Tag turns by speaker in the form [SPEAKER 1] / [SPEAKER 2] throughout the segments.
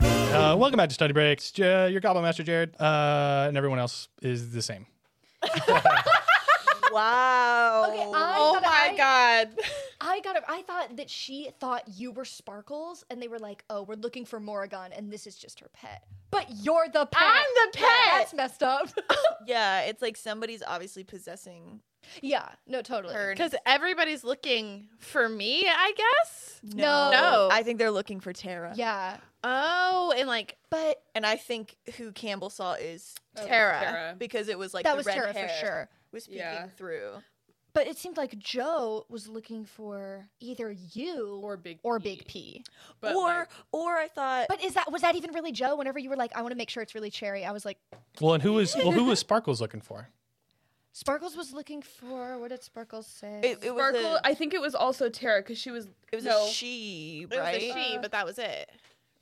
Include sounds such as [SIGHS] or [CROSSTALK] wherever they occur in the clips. [SPEAKER 1] Uh, welcome back to Study Breaks. J- your Goblin Master Jared uh, and everyone else is the same.
[SPEAKER 2] Wow.
[SPEAKER 3] Okay, I
[SPEAKER 4] Oh
[SPEAKER 3] thought
[SPEAKER 4] my
[SPEAKER 3] I-
[SPEAKER 4] god. [LAUGHS]
[SPEAKER 3] I got it. I thought that she thought you were Sparkles, and they were like, "Oh, we're looking for Morrigan, and this is just her pet." But you're the pet.
[SPEAKER 4] I'm the
[SPEAKER 3] Yeah,
[SPEAKER 4] pet!
[SPEAKER 3] that's messed up. [LAUGHS]
[SPEAKER 2] yeah, it's like somebody's obviously possessing
[SPEAKER 3] yeah. No, totally.
[SPEAKER 2] her.
[SPEAKER 4] Because everybody's looking for me, I guess.
[SPEAKER 3] No.
[SPEAKER 4] No.
[SPEAKER 2] I think they're looking for Tara.
[SPEAKER 3] Yeah,
[SPEAKER 4] Oh, and like Oh,
[SPEAKER 3] but
[SPEAKER 2] And I think who Campbell saw is
[SPEAKER 4] Tara.
[SPEAKER 2] Tara. Because it was like
[SPEAKER 3] that
[SPEAKER 2] the
[SPEAKER 3] was
[SPEAKER 2] red
[SPEAKER 3] Tara
[SPEAKER 2] hair
[SPEAKER 3] for sure.
[SPEAKER 2] was peeking
[SPEAKER 5] Yeah.
[SPEAKER 2] through.
[SPEAKER 3] But it seemed like Joe was looking for either you
[SPEAKER 5] Or Big
[SPEAKER 3] or
[SPEAKER 5] P.
[SPEAKER 3] Big P.
[SPEAKER 5] But,
[SPEAKER 2] or
[SPEAKER 5] like,
[SPEAKER 2] or I thought
[SPEAKER 3] But is that was that even really Joe? Whenever you were like, "I want to make sure it's really Cherry," I was like,
[SPEAKER 1] Well, and who is well, who is Sparkles looking for?
[SPEAKER 3] "Sparkles was looking for what did Sparkles say?"
[SPEAKER 2] it, it was
[SPEAKER 5] Sparkle.
[SPEAKER 2] a,
[SPEAKER 5] I think it was also Tara because she was.
[SPEAKER 2] it was
[SPEAKER 5] no.
[SPEAKER 2] a she,
[SPEAKER 4] it was
[SPEAKER 2] right?
[SPEAKER 4] a she, but that was it.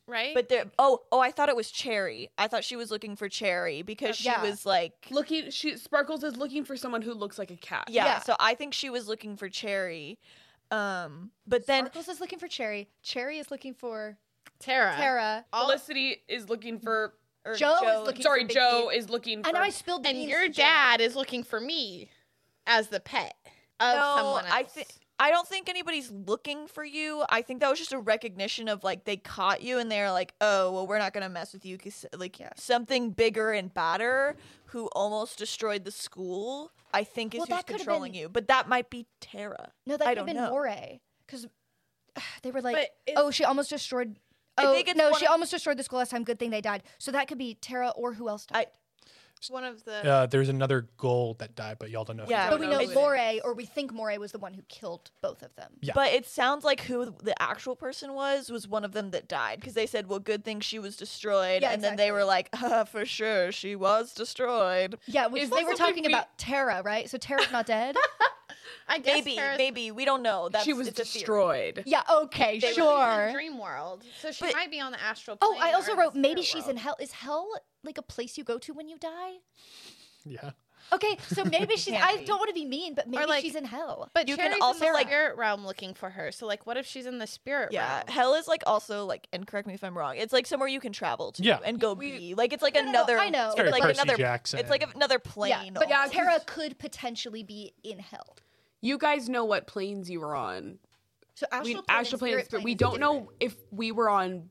[SPEAKER 4] Right?
[SPEAKER 2] But there, oh, oh, I thought it was Cherry. I thought she was looking for Cherry because she
[SPEAKER 3] Yeah.
[SPEAKER 2] was like,
[SPEAKER 5] Looking, she Sparkles is looking for someone who looks like a cat.
[SPEAKER 2] yeah,
[SPEAKER 3] Yeah.
[SPEAKER 2] So I think she was looking for Cherry, um, but then
[SPEAKER 3] Sparkles is looking for Cherry. Cherry is looking for
[SPEAKER 4] Tara.
[SPEAKER 3] Tara.
[SPEAKER 4] All-
[SPEAKER 5] Felicity is looking for.
[SPEAKER 2] or
[SPEAKER 3] Joe is
[SPEAKER 2] Joe
[SPEAKER 3] looking-
[SPEAKER 5] Sorry,
[SPEAKER 3] for Big
[SPEAKER 5] Joe is looking. For,
[SPEAKER 3] And I spilled the
[SPEAKER 4] and
[SPEAKER 3] beans
[SPEAKER 4] your
[SPEAKER 3] to Joe.
[SPEAKER 4] dad is looking for me as the pet of
[SPEAKER 2] No,
[SPEAKER 4] someone else.
[SPEAKER 2] I think I don't think anybody's looking for you. I think that was just a recognition of like they caught you and they're like, oh, well, we're not gonna mess with you because like
[SPEAKER 3] Yeah.
[SPEAKER 2] something bigger and badder who almost destroyed the school. I think is
[SPEAKER 3] Well,
[SPEAKER 2] who's
[SPEAKER 3] that could've
[SPEAKER 2] controlling
[SPEAKER 3] been-
[SPEAKER 2] you, but that might be Tara.
[SPEAKER 3] No,
[SPEAKER 2] I
[SPEAKER 3] that could
[SPEAKER 2] don't
[SPEAKER 3] have been
[SPEAKER 2] know.
[SPEAKER 3] Moray. Because [SIGHS] they were like,
[SPEAKER 4] But it's-
[SPEAKER 3] oh, she almost destroyed.
[SPEAKER 2] I
[SPEAKER 3] Oh,
[SPEAKER 2] think it's
[SPEAKER 3] no,
[SPEAKER 2] one
[SPEAKER 3] she
[SPEAKER 2] of-
[SPEAKER 3] almost destroyed the school last time. Good thing they died. So that could be Tara or who else died.
[SPEAKER 4] one of the
[SPEAKER 1] Uh, there's another goal that died, but y'all don't know. who
[SPEAKER 2] Yeah.
[SPEAKER 1] died.
[SPEAKER 3] but we know
[SPEAKER 2] it's-
[SPEAKER 3] Moray, or we think Moray was the one who killed both of them.
[SPEAKER 1] Yeah.
[SPEAKER 2] But it sounds like who the actual person was was one of them that died because they said, "Well, good thing she was destroyed,"
[SPEAKER 3] Yeah,
[SPEAKER 2] and then they
[SPEAKER 3] exactly.
[SPEAKER 2] were like, [LAUGHS] uh, "For sure, she was destroyed."
[SPEAKER 3] Yeah, which
[SPEAKER 5] Is
[SPEAKER 3] they
[SPEAKER 5] this
[SPEAKER 3] were
[SPEAKER 5] something
[SPEAKER 3] talking
[SPEAKER 5] we-
[SPEAKER 3] about Tara, right? So Tara's not dead. [LAUGHS]
[SPEAKER 4] I guess
[SPEAKER 2] Maybe,
[SPEAKER 4] Tara's
[SPEAKER 2] maybe we don't know. That's,
[SPEAKER 5] she was
[SPEAKER 2] it's a theory.
[SPEAKER 5] destroyed.
[SPEAKER 3] yeah. Okay.
[SPEAKER 4] They were in the
[SPEAKER 3] sure.
[SPEAKER 4] dream world. So she
[SPEAKER 2] But-
[SPEAKER 4] might be on the astral plane.
[SPEAKER 3] Oh, I
[SPEAKER 4] or
[SPEAKER 3] also
[SPEAKER 4] in the
[SPEAKER 3] wrote maybe
[SPEAKER 4] spirit
[SPEAKER 3] she's in
[SPEAKER 4] world.
[SPEAKER 3] hell. Is hell like a place you go to when you die?
[SPEAKER 1] yeah.
[SPEAKER 3] Okay, so maybe she's.
[SPEAKER 2] Can't
[SPEAKER 3] I
[SPEAKER 2] be.
[SPEAKER 3] don't want to be mean, but maybe
[SPEAKER 4] like-
[SPEAKER 3] she's in hell.
[SPEAKER 4] But
[SPEAKER 2] You
[SPEAKER 4] you
[SPEAKER 2] can
[SPEAKER 4] Cherry's
[SPEAKER 2] also,
[SPEAKER 4] in the
[SPEAKER 2] like-
[SPEAKER 4] spirit realm looking for her. So like what if she's in the spirit
[SPEAKER 2] Yeah,
[SPEAKER 4] realm?
[SPEAKER 2] hell is like also like, and correct me if I'm wrong. It's like somewhere you can travel to
[SPEAKER 1] Yeah.
[SPEAKER 2] and go be. Like it's like
[SPEAKER 3] No, no, no,
[SPEAKER 2] another.
[SPEAKER 3] I know.
[SPEAKER 1] It's
[SPEAKER 2] It's
[SPEAKER 1] very
[SPEAKER 2] like
[SPEAKER 1] Percy
[SPEAKER 2] another.
[SPEAKER 1] Jackson.
[SPEAKER 2] It's like another plane.
[SPEAKER 3] yeah, but
[SPEAKER 5] Yeah, 'cause-
[SPEAKER 3] Tara could potentially be in hell.
[SPEAKER 5] You guys know what planes you were on.
[SPEAKER 3] So
[SPEAKER 5] We
[SPEAKER 3] astral plane,
[SPEAKER 5] astral
[SPEAKER 3] and
[SPEAKER 5] planes,
[SPEAKER 3] spirit
[SPEAKER 5] but
[SPEAKER 3] plane
[SPEAKER 5] we
[SPEAKER 3] is
[SPEAKER 5] don't
[SPEAKER 3] different.
[SPEAKER 5] know if we were on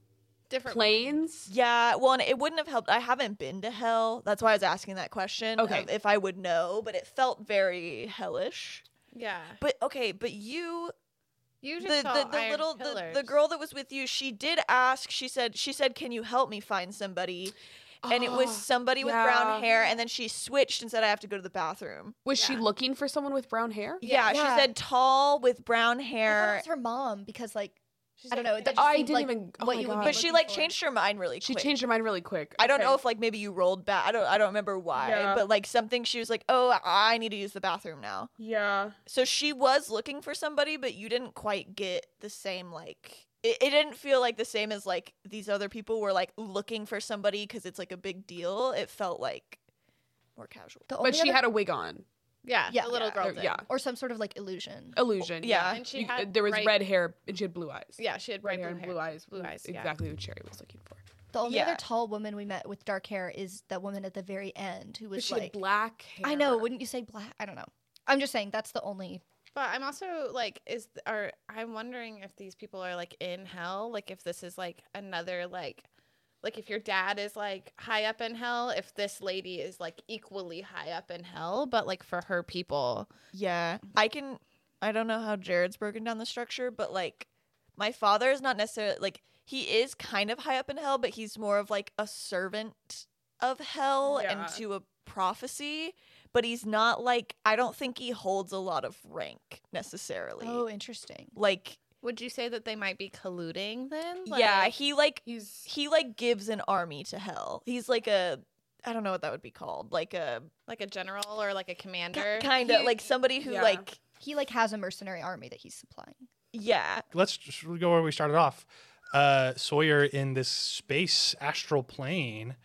[SPEAKER 4] Different
[SPEAKER 5] planes.
[SPEAKER 2] Yeah, well, and it wouldn't have helped. I haven't been to hell. That's why I was asking that question. of
[SPEAKER 5] Okay.
[SPEAKER 2] if I would know, but it felt very hellish.
[SPEAKER 4] Yeah.
[SPEAKER 2] But okay, but you,
[SPEAKER 4] You
[SPEAKER 2] the
[SPEAKER 4] just
[SPEAKER 2] the,
[SPEAKER 4] saw
[SPEAKER 2] the
[SPEAKER 4] iron
[SPEAKER 2] little the, the
[SPEAKER 4] pillars.
[SPEAKER 2] girl that was with you, she did ask. She said, she said, "Can you help me find somebody?" And it was
[SPEAKER 3] Ah,
[SPEAKER 5] Oh,
[SPEAKER 2] somebody with
[SPEAKER 5] yeah.
[SPEAKER 2] brown hair, and then she switched and said, "I have to go to the bathroom."
[SPEAKER 5] Was she
[SPEAKER 4] Yeah.
[SPEAKER 5] looking for someone with brown hair?
[SPEAKER 2] Yeah,
[SPEAKER 3] Yeah.
[SPEAKER 2] she said tall with brown
[SPEAKER 3] I thought it
[SPEAKER 2] hair.
[SPEAKER 3] was her mom because like
[SPEAKER 4] She's
[SPEAKER 3] I don't
[SPEAKER 4] like,
[SPEAKER 3] know. That just
[SPEAKER 5] I
[SPEAKER 3] seemed
[SPEAKER 5] didn't
[SPEAKER 3] like
[SPEAKER 5] even- oh
[SPEAKER 3] what
[SPEAKER 5] my
[SPEAKER 3] you would
[SPEAKER 5] God.
[SPEAKER 3] be
[SPEAKER 2] But she
[SPEAKER 3] looking
[SPEAKER 2] like
[SPEAKER 3] for.
[SPEAKER 2] changed her mind really
[SPEAKER 5] She
[SPEAKER 2] quick.
[SPEAKER 5] changed her mind really quick.
[SPEAKER 2] I don't know
[SPEAKER 5] Okay.
[SPEAKER 2] if like maybe you rolled back. I don't. I don't remember why.
[SPEAKER 5] Yeah.
[SPEAKER 2] But like something, she was like, "Oh, I need to use the bathroom now."
[SPEAKER 5] Yeah.
[SPEAKER 2] So she was looking for somebody, but you didn't quite get the same like. It, it didn't feel like the same as like these other people were like looking for somebody because it's like a big deal. It felt like more casual.
[SPEAKER 3] The
[SPEAKER 5] But
[SPEAKER 3] only
[SPEAKER 5] she
[SPEAKER 3] other-
[SPEAKER 5] had a wig on.
[SPEAKER 4] Yeah,
[SPEAKER 3] Yeah.
[SPEAKER 4] the little
[SPEAKER 2] Yeah.
[SPEAKER 4] girl
[SPEAKER 5] Or-
[SPEAKER 4] did.
[SPEAKER 5] yeah.
[SPEAKER 3] or some sort of like illusion.
[SPEAKER 5] Illusion.
[SPEAKER 2] Yeah.
[SPEAKER 4] And she
[SPEAKER 5] You-
[SPEAKER 4] had
[SPEAKER 5] there was
[SPEAKER 4] bright-
[SPEAKER 5] red hair and she had blue eyes.
[SPEAKER 4] Yeah, she had
[SPEAKER 5] Red
[SPEAKER 4] bright
[SPEAKER 5] hair
[SPEAKER 4] blue,
[SPEAKER 5] and
[SPEAKER 4] hair.
[SPEAKER 5] blue eyes.
[SPEAKER 4] Blue
[SPEAKER 5] was
[SPEAKER 4] eyes, yeah.
[SPEAKER 5] Exactly what Cherry was looking for.
[SPEAKER 3] The only
[SPEAKER 2] Yeah.
[SPEAKER 3] other tall woman we met with dark hair is that woman at the very end who
[SPEAKER 5] But
[SPEAKER 3] was
[SPEAKER 5] she had
[SPEAKER 3] like
[SPEAKER 5] black hair.
[SPEAKER 3] I know. Wouldn't you say black? I don't know. I'm just saying that's the only.
[SPEAKER 4] But I'm also like, is th- are I'm wondering if these people are like in hell, like if this is like another like, like if your dad is like high up in hell, if this lady is like equally high up in hell, but like for her people.
[SPEAKER 2] Yeah, I can. I don't know how Jared's broken down the structure, but like, my father is not necessarily like he is kind of high up in hell, but he's more of like a servant of hell
[SPEAKER 5] Yeah.
[SPEAKER 2] and to a prophecy. But he's not like I don't think he holds a lot of rank necessarily.
[SPEAKER 3] Oh, interesting.
[SPEAKER 2] Like,
[SPEAKER 4] Would you say that they might be colluding then?
[SPEAKER 2] yeah,
[SPEAKER 4] Like-
[SPEAKER 2] he like
[SPEAKER 5] He's
[SPEAKER 2] he like gives an army to hell. He's like a I don't know what that would be called, like a
[SPEAKER 4] like a general or like a commander.
[SPEAKER 2] kind of
[SPEAKER 5] He-
[SPEAKER 2] like somebody who
[SPEAKER 5] yeah.
[SPEAKER 2] like
[SPEAKER 3] He like has a mercenary army that he's supplying.
[SPEAKER 2] yeah
[SPEAKER 1] Let's just go where we started off. Uh, Sawyer in this space astral plane.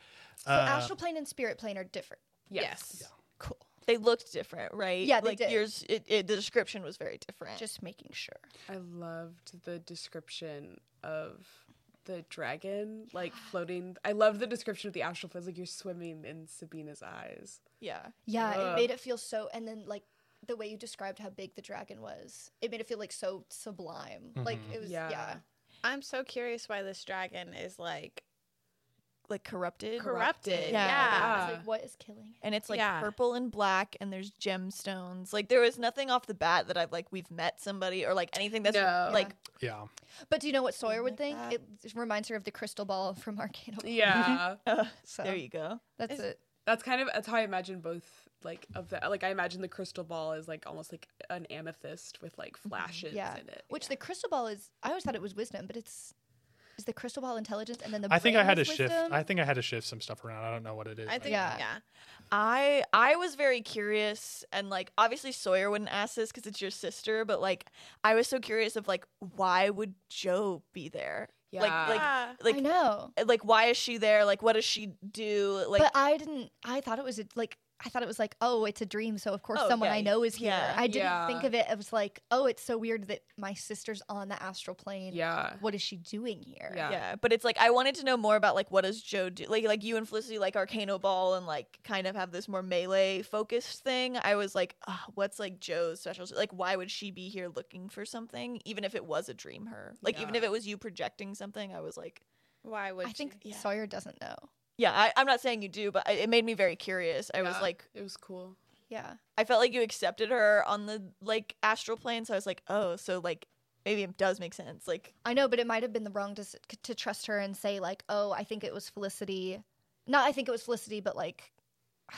[SPEAKER 3] So
[SPEAKER 1] Uh,
[SPEAKER 3] astral plane and spirit plane are different.
[SPEAKER 5] yes.
[SPEAKER 3] Cool.
[SPEAKER 2] they looked different, right?
[SPEAKER 3] Yeah, they
[SPEAKER 2] like
[SPEAKER 3] did.
[SPEAKER 2] yours. It, it, the description was very different.
[SPEAKER 3] Just making sure.
[SPEAKER 5] I loved the description of the dragon like floating. I love the description of the astral floor. It's like you're swimming in Sabina's eyes.
[SPEAKER 2] Yeah.
[SPEAKER 3] Yeah,
[SPEAKER 5] Ugh.
[SPEAKER 3] it made it feel so. And then like the way you described how big the dragon was, it made it feel like so sublime. Like
[SPEAKER 1] Mhm.
[SPEAKER 3] it was. Yeah.
[SPEAKER 5] Yeah.
[SPEAKER 4] I'm so curious why this dragon is like
[SPEAKER 2] Like corrupted.
[SPEAKER 4] corrupted.
[SPEAKER 2] Yeah.
[SPEAKER 4] Yeah.
[SPEAKER 3] It's
[SPEAKER 5] Ah.
[SPEAKER 3] like what is killing? it?
[SPEAKER 2] And it's like
[SPEAKER 4] Yeah.
[SPEAKER 2] purple and black and there's gemstones. Like there was nothing off the bat that I've like we've met somebody or like anything that's
[SPEAKER 5] No.
[SPEAKER 2] like
[SPEAKER 1] Yeah.
[SPEAKER 3] But do you know what Sawyer would
[SPEAKER 2] like
[SPEAKER 3] think?
[SPEAKER 2] that.
[SPEAKER 3] It reminds her of the crystal ball from Arcane.
[SPEAKER 5] Yeah,
[SPEAKER 2] [LAUGHS]
[SPEAKER 3] So
[SPEAKER 2] there you go.
[SPEAKER 3] that's
[SPEAKER 4] Is-
[SPEAKER 3] it.
[SPEAKER 5] [LAUGHS] that's kind of that's how I imagine both like of the like I imagine the crystal ball is like almost like an amethyst with like flashes
[SPEAKER 3] Yeah.
[SPEAKER 5] in it.
[SPEAKER 3] Which the crystal ball is. I always thought it was wisdom, but it's is the crystal ball intelligence, and then the.
[SPEAKER 1] I think I
[SPEAKER 3] brain
[SPEAKER 1] had to
[SPEAKER 3] is
[SPEAKER 1] shift.
[SPEAKER 3] wisdom?
[SPEAKER 1] I think I had to shift some stuff around. I don't know what it is.
[SPEAKER 4] I think
[SPEAKER 3] Yeah.
[SPEAKER 4] yeah.
[SPEAKER 2] I I was very curious and like obviously Sawyer wouldn't ask this because it's your sister, but like I was so curious of like why would Joe be there?
[SPEAKER 5] yeah.
[SPEAKER 2] Like-
[SPEAKER 4] Yeah.
[SPEAKER 2] Like
[SPEAKER 3] I know.
[SPEAKER 2] like why is she there? Like what does she do? Like
[SPEAKER 3] but I didn't. I thought it was a, like I thought it was like oh, it's a dream, so of course
[SPEAKER 2] Oh,
[SPEAKER 3] someone
[SPEAKER 2] yeah,
[SPEAKER 3] I know is here.
[SPEAKER 2] yeah.
[SPEAKER 3] I didn't
[SPEAKER 5] Yeah.
[SPEAKER 3] think of it as like oh, it's so weird that my sister's on the astral plane.
[SPEAKER 5] yeah.
[SPEAKER 3] What is she doing here?
[SPEAKER 5] Yeah.
[SPEAKER 2] yeah, but it's like I wanted to know more about like what does Joe do? Like like you and Felicity like Arcano Ball and like kind of have this more melee focused thing. I was like, "Ugh, what's like Joe's special? Like why would she be here looking for something, even if it was a dream? Her like even
[SPEAKER 5] Yeah.
[SPEAKER 2] if it was you projecting something, I was like,
[SPEAKER 4] Why would
[SPEAKER 3] I think
[SPEAKER 4] she?
[SPEAKER 2] yeah.
[SPEAKER 3] Sawyer doesn't know.
[SPEAKER 2] yeah, I, I'm not saying you do, but I, it made me very curious. I was
[SPEAKER 5] Yeah.
[SPEAKER 2] like,
[SPEAKER 5] It was cool.
[SPEAKER 3] Yeah.
[SPEAKER 2] I felt like you accepted her on the like astral plane, so I was like, oh, so like maybe it does make sense. Like
[SPEAKER 3] I know, but it might have been the wrong to, to trust her and say like, "Oh, I think it was Felicity." Not I think it was Felicity, but like [SIGHS]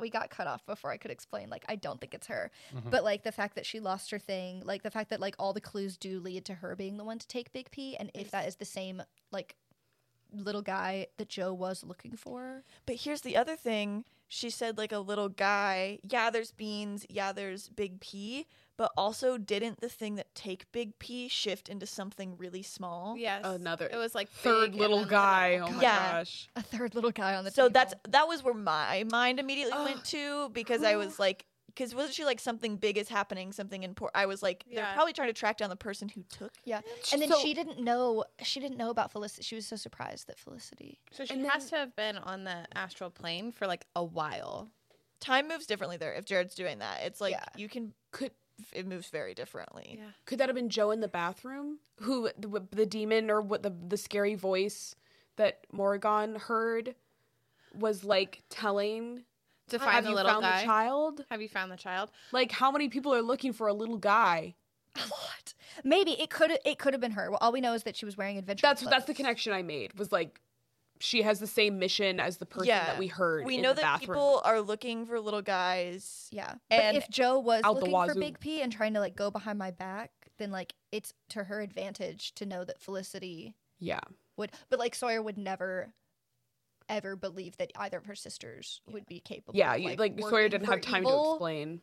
[SPEAKER 3] we got cut off before I could explain like I don't think it's her.
[SPEAKER 1] Mhm.
[SPEAKER 3] But like the fact that she lost her thing, like the fact that like all the clues do lead to her being the one to take Big P and if that is the same like little guy that Joe was looking for.
[SPEAKER 2] But here's the other thing. She said like a little guy. Yeah, there's beans. Yeah, there's Big P. But also, didn't the thing that take Big P shift into something really small?
[SPEAKER 4] Yes.
[SPEAKER 5] Another
[SPEAKER 4] It was like big
[SPEAKER 5] Third
[SPEAKER 4] and
[SPEAKER 5] little
[SPEAKER 4] then
[SPEAKER 5] guy. Oh my
[SPEAKER 2] Yeah.
[SPEAKER 5] gosh.
[SPEAKER 3] A third little guy on the
[SPEAKER 2] So
[SPEAKER 3] table.
[SPEAKER 2] that's that was where my mind immediately
[SPEAKER 5] Ugh.
[SPEAKER 2] went to because I was like, because wasn't she like something big is happening, something important? I was like, they're
[SPEAKER 4] Yeah.
[SPEAKER 2] probably trying to track down the person who took.
[SPEAKER 3] yeah. And then
[SPEAKER 5] So-
[SPEAKER 3] she didn't know she didn't know about Felicity. She was so surprised that Felicity.
[SPEAKER 4] So she
[SPEAKER 5] And
[SPEAKER 4] has
[SPEAKER 5] then-
[SPEAKER 4] to have been on the astral plane for like a while.
[SPEAKER 2] Time moves differently there. If Jared's doing that, it's like
[SPEAKER 3] Yeah.
[SPEAKER 2] you can.
[SPEAKER 5] Could
[SPEAKER 2] It moves very differently.
[SPEAKER 4] Yeah.
[SPEAKER 5] could that have been Joe in the bathroom? Who the, w- the demon or what the the scary voice that Morrigan heard was like telling
[SPEAKER 4] To
[SPEAKER 5] have
[SPEAKER 4] find the
[SPEAKER 5] you
[SPEAKER 4] little
[SPEAKER 5] found
[SPEAKER 4] guy.
[SPEAKER 5] the child?
[SPEAKER 4] Have you found the child?
[SPEAKER 5] Like how many people are looking for a little guy?
[SPEAKER 3] A lot. Maybe it could it could have been her. Well, all we know is that she was wearing adventure.
[SPEAKER 5] That's that's
[SPEAKER 3] clothes.
[SPEAKER 5] the connection I made. Was like she has the same mission as the person
[SPEAKER 2] Yeah.
[SPEAKER 5] that we heard.
[SPEAKER 2] We
[SPEAKER 5] in
[SPEAKER 2] know
[SPEAKER 5] the
[SPEAKER 2] that
[SPEAKER 5] bathroom.
[SPEAKER 2] people are looking for little guys.
[SPEAKER 3] Yeah. But
[SPEAKER 2] And-
[SPEAKER 3] if Joe was
[SPEAKER 5] Out the
[SPEAKER 3] looking for
[SPEAKER 5] wazoo.
[SPEAKER 3] Big P and trying to like go behind my back, then like it's to her advantage to know that Felicity
[SPEAKER 5] Yeah.
[SPEAKER 3] would but like Sawyer would never ever believe that either of her sisters would be capable
[SPEAKER 5] Yeah,
[SPEAKER 3] of,
[SPEAKER 5] you, like, Sawyer
[SPEAKER 3] working
[SPEAKER 5] didn't
[SPEAKER 3] for
[SPEAKER 5] have time to
[SPEAKER 3] evil.
[SPEAKER 5] explain.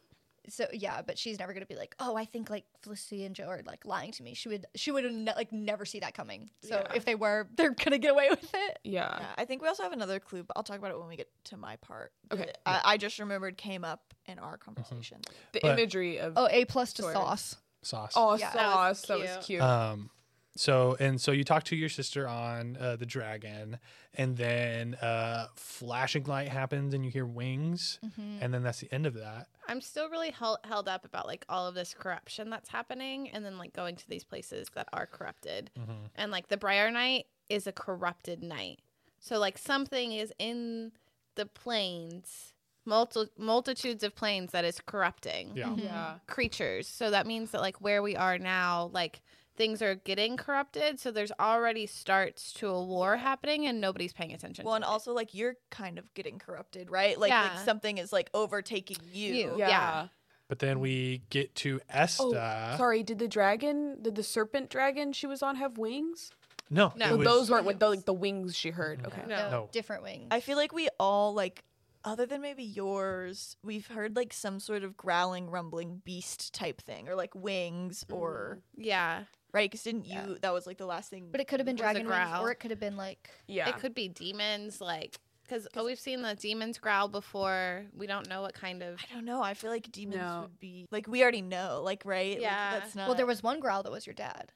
[SPEAKER 3] so yeah but she's never gonna be like oh i think like felicity and joe are like lying to me she would she would ne- like never see that coming so
[SPEAKER 5] Yeah.
[SPEAKER 3] if they were they're gonna get away with it
[SPEAKER 5] Yeah.
[SPEAKER 3] Um,
[SPEAKER 2] Yeah, I think we also have another clue, but I'll talk about it when we get to my part.
[SPEAKER 5] Okay,
[SPEAKER 2] That I, I just remembered came up in our
[SPEAKER 3] Mm-hmm.
[SPEAKER 2] conversation.
[SPEAKER 5] The
[SPEAKER 1] But-
[SPEAKER 5] imagery of
[SPEAKER 3] oh a plus to
[SPEAKER 5] Sawyer.
[SPEAKER 3] sauce
[SPEAKER 1] Sauce.
[SPEAKER 5] oh
[SPEAKER 3] yeah.
[SPEAKER 4] That was
[SPEAKER 5] sauce that was
[SPEAKER 4] cute.
[SPEAKER 5] cute.
[SPEAKER 1] Um, so and so you talk to your sister on uh, the dragon, and then uh, flashing light happens, and you hear wings,
[SPEAKER 5] Mm-hmm.
[SPEAKER 1] and then that's the end of that.
[SPEAKER 4] I'm still really held, held up about like all of this corruption that's happening and then like going to these places that are corrupted. And like the Briar Knight is a corrupted knight. So like something is in the planes, multi- multitudes of planes that is corrupting
[SPEAKER 1] Yeah.
[SPEAKER 5] Yeah.
[SPEAKER 4] creatures. So that means that like where we are now, like things are getting corrupted. So there's already starts to a war happening and nobody's paying attention.
[SPEAKER 2] Well,
[SPEAKER 4] to
[SPEAKER 2] and
[SPEAKER 4] it.
[SPEAKER 2] also like you're kind of getting corrupted, right? Like, like
[SPEAKER 4] Yeah.
[SPEAKER 2] something is like overtaking you.
[SPEAKER 4] You.
[SPEAKER 5] Yeah.
[SPEAKER 4] Yeah.
[SPEAKER 1] But then we get to
[SPEAKER 5] Oh,
[SPEAKER 1] Esta.
[SPEAKER 5] sorry. Did the dragon, did the serpent dragon she was on have wings?
[SPEAKER 1] No,
[SPEAKER 4] No.
[SPEAKER 1] it
[SPEAKER 5] So
[SPEAKER 1] was-
[SPEAKER 5] those weren't what the, like, the wings she heard. Okay.
[SPEAKER 4] No.
[SPEAKER 1] No.
[SPEAKER 3] different wing
[SPEAKER 2] I feel like we all like, other than maybe yours, we've heard like some sort of growling, rumbling beast type thing, or like wings, or
[SPEAKER 4] Yeah.
[SPEAKER 2] right? Because didn't you?
[SPEAKER 3] Mm-hmm. Yeah.
[SPEAKER 2] That was like the last thing.
[SPEAKER 3] but it could have been
[SPEAKER 4] Was a
[SPEAKER 3] dragon wings
[SPEAKER 4] growl.
[SPEAKER 3] or it could have been like
[SPEAKER 5] Yeah.
[SPEAKER 4] It could be demons, like because oh, we've seen the demons growl before. We don't know what kind of.
[SPEAKER 2] I don't know. I feel like demons
[SPEAKER 5] No.
[SPEAKER 2] would be like we already know, like right? Like,
[SPEAKER 4] Yeah.
[SPEAKER 2] that's not.
[SPEAKER 3] well there was one growl that was your dad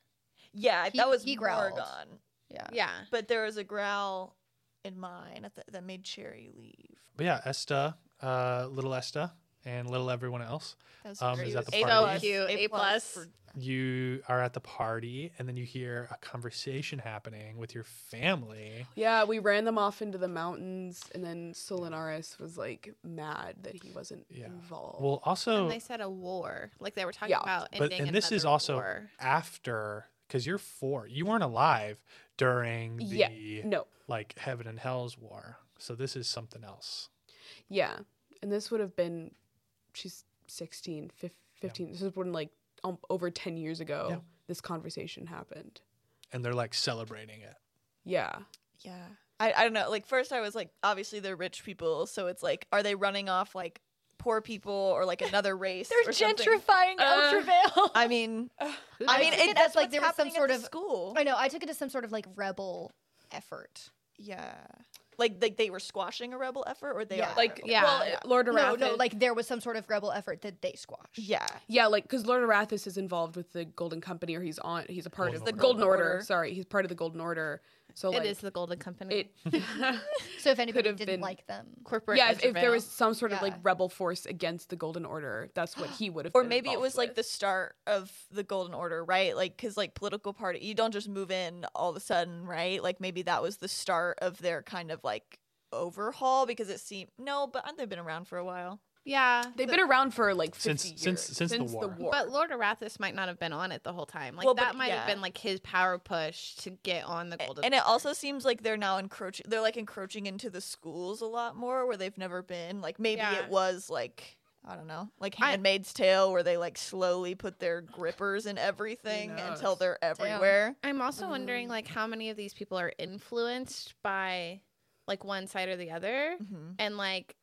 [SPEAKER 2] Yeah,
[SPEAKER 3] He-
[SPEAKER 2] that was
[SPEAKER 3] he
[SPEAKER 2] he
[SPEAKER 3] growled.
[SPEAKER 2] Morrigan.
[SPEAKER 3] Yeah.
[SPEAKER 4] Yeah.
[SPEAKER 2] But there was a growl in mine at the, that made Cherry leave.
[SPEAKER 1] But yeah, Esta, uh, little Esta, and little everyone else,
[SPEAKER 2] That was
[SPEAKER 1] Um,
[SPEAKER 2] great.
[SPEAKER 1] is that the
[SPEAKER 2] A
[SPEAKER 1] party?
[SPEAKER 2] plus,
[SPEAKER 4] So cute. A plus.
[SPEAKER 2] for-
[SPEAKER 1] you are at the party, and then you hear a conversation happening with your family.
[SPEAKER 5] Yeah, we ran them off into the mountains, and then Solanaris was like mad that he wasn't
[SPEAKER 1] Yeah.
[SPEAKER 5] involved.
[SPEAKER 1] Well, also
[SPEAKER 4] and they said a war, like they were talking
[SPEAKER 5] Yeah.
[SPEAKER 4] about
[SPEAKER 1] But-
[SPEAKER 4] ending.
[SPEAKER 1] and this is
[SPEAKER 4] another
[SPEAKER 1] also-
[SPEAKER 4] war.
[SPEAKER 1] after, because you're four, you weren't alive during the
[SPEAKER 5] Yeah. no,
[SPEAKER 1] like heaven and hell's war. So this is something else.
[SPEAKER 5] yeah, and this would have been she's 16, fif- 15. This is when like um, over ten years ago
[SPEAKER 1] Yeah.
[SPEAKER 5] this conversation happened.
[SPEAKER 1] And they're like celebrating it.
[SPEAKER 5] Yeah,
[SPEAKER 2] Yeah. I, I don't know. Like first I was like, obviously they're rich people, so it's like, are they running off like poor people or like another race?
[SPEAKER 3] They're
[SPEAKER 2] or something?
[SPEAKER 3] gentrifying El
[SPEAKER 5] Uh,
[SPEAKER 3] Travail.
[SPEAKER 2] I mean, I
[SPEAKER 3] I
[SPEAKER 2] mean,
[SPEAKER 3] took it
[SPEAKER 2] it, that's
[SPEAKER 3] as, like,
[SPEAKER 2] like
[SPEAKER 3] there
[SPEAKER 2] there
[SPEAKER 3] was some
[SPEAKER 2] some
[SPEAKER 3] sort
[SPEAKER 2] sort of
[SPEAKER 3] of-
[SPEAKER 2] school.
[SPEAKER 3] [LAUGHS] I know. I took it as some sort of like rebel effort.
[SPEAKER 2] Yeah. Like like they were squashing a rebel effort, or they
[SPEAKER 3] Yeah.
[SPEAKER 2] are
[SPEAKER 5] like
[SPEAKER 2] rebel.
[SPEAKER 5] yeah, well, Lord
[SPEAKER 3] No,
[SPEAKER 5] Arathis.
[SPEAKER 3] no, like there was some sort of rebel effort that they squashed.
[SPEAKER 2] yeah.
[SPEAKER 5] Yeah, like because Lord Arathis is involved with the Golden Company, or he's on. He's a part
[SPEAKER 1] Golden
[SPEAKER 5] of the
[SPEAKER 1] Order.
[SPEAKER 5] Golden Order.
[SPEAKER 2] Order.
[SPEAKER 5] Sorry, he's part of the Golden Order. So
[SPEAKER 4] it
[SPEAKER 5] like
[SPEAKER 4] is the Golden Company.
[SPEAKER 2] [LAUGHS]
[SPEAKER 5] it.
[SPEAKER 3] So if anybody
[SPEAKER 5] have
[SPEAKER 3] didn't
[SPEAKER 5] been-
[SPEAKER 3] like them,
[SPEAKER 4] corporate.
[SPEAKER 5] [LAUGHS] yeah, if, if there was some sort of like
[SPEAKER 3] Yeah.
[SPEAKER 5] rebel force against the Golden Order, that's what he would have.
[SPEAKER 2] Or
[SPEAKER 5] been
[SPEAKER 2] maybe it
[SPEAKER 5] involved
[SPEAKER 2] was like
[SPEAKER 5] with.
[SPEAKER 2] the start of the Golden Order, right? Like, because like political party, you don't just move in all of a sudden, right? Like maybe that was the start of their kind of like overhaul because it seemed no, but aren't they been around for a while?
[SPEAKER 4] yeah,
[SPEAKER 5] They've been around for like 50
[SPEAKER 1] Since-
[SPEAKER 5] years.
[SPEAKER 1] since- since the war.
[SPEAKER 4] But Lord Arathis might not have been on it the whole time. Like
[SPEAKER 2] Well,
[SPEAKER 4] that
[SPEAKER 2] but-
[SPEAKER 4] might have
[SPEAKER 2] yeah.
[SPEAKER 4] been like his power push to get on the
[SPEAKER 2] A-
[SPEAKER 4] golden.
[SPEAKER 2] and it also seems like they're now encroaching they're like encroaching into the schools a lot more where they've never been like maybe
[SPEAKER 4] Yeah.
[SPEAKER 2] it was like i don't know like
[SPEAKER 4] I-
[SPEAKER 2] handmaid's tale where they like slowly put their grippers in everything until
[SPEAKER 5] knows?
[SPEAKER 2] they're everywhere
[SPEAKER 4] I'm also
[SPEAKER 2] Um,
[SPEAKER 4] wondering like how many of these people are influenced by like one side or the other
[SPEAKER 2] Mhm.
[SPEAKER 4] and like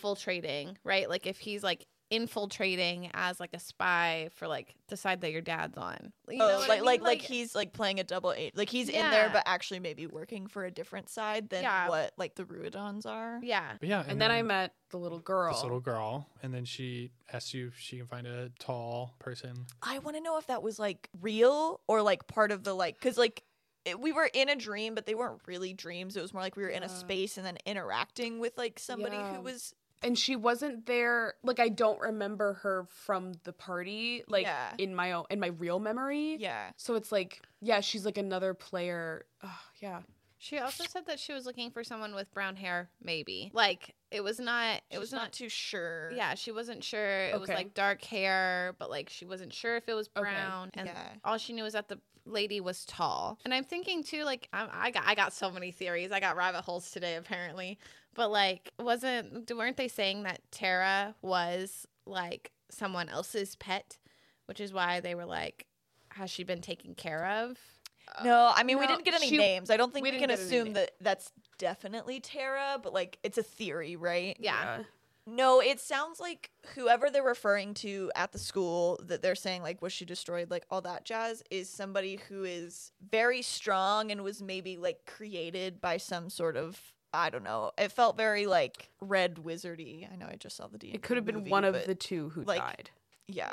[SPEAKER 4] infiltrating, right? Like if he's like infiltrating as like a spy for like the side that your dad's on. You know
[SPEAKER 2] oh,
[SPEAKER 4] what I
[SPEAKER 2] like,
[SPEAKER 4] mean?
[SPEAKER 2] like like he's like playing a double eight like he's in there
[SPEAKER 4] Yeah.
[SPEAKER 2] but actually maybe working for a different side than
[SPEAKER 4] Yeah.
[SPEAKER 2] what like the ruidons are
[SPEAKER 4] yeah.
[SPEAKER 1] But yeah,
[SPEAKER 5] And, then, I met the little girl.
[SPEAKER 1] this little girl, and then she asks you if she can find a tall person.
[SPEAKER 2] I want to know if that was like real or like part of the like because like it, we were in a dream, but they weren't really dreams. It was more like we were in a
[SPEAKER 5] Yeah.
[SPEAKER 2] space and then interacting with like somebody
[SPEAKER 5] Yeah.
[SPEAKER 2] who was
[SPEAKER 5] and she wasn't there. Like I don't remember her from the party. Like
[SPEAKER 2] Yeah.
[SPEAKER 5] in my own, in my real memory.
[SPEAKER 2] yeah.
[SPEAKER 5] So it's like yeah, she's like another player. Oh, yeah.
[SPEAKER 4] She also said that she was looking for someone with brown hair, maybe. Like it was not it was not
[SPEAKER 2] too sure.
[SPEAKER 4] Yeah, she wasn't sure. It was
[SPEAKER 5] Okay.
[SPEAKER 4] like dark hair, but like she wasn't sure if it was
[SPEAKER 5] Okay.
[SPEAKER 4] brown. And
[SPEAKER 2] Yeah.
[SPEAKER 4] all she knew was that the lady was tall. And I'm thinking too, like I'm, I got I got so many theories. I got rabbit holes today, apparently. But like, wasn't weren't they saying that Tara was like someone else's pet, which is why they were like, has she been taken care of?
[SPEAKER 2] No, I mean we
[SPEAKER 5] Uh, No,
[SPEAKER 2] didn't get any
[SPEAKER 5] she-
[SPEAKER 2] names. I don't think
[SPEAKER 5] we
[SPEAKER 2] we,
[SPEAKER 5] didn't
[SPEAKER 2] can
[SPEAKER 5] get any
[SPEAKER 2] assume
[SPEAKER 5] names.
[SPEAKER 2] that that's definitely Tara, but like it's a theory, right?
[SPEAKER 4] Yeah.
[SPEAKER 2] No, it sounds like whoever they're referring to at the school that they're saying like was she destroyed like all that jazz is somebody who is very strong and was maybe like created by some sort of I don't know. It felt very like red wizardy. I know I just saw the D.
[SPEAKER 5] It could have been one of the two who
[SPEAKER 2] like,
[SPEAKER 5] died.
[SPEAKER 2] yeah.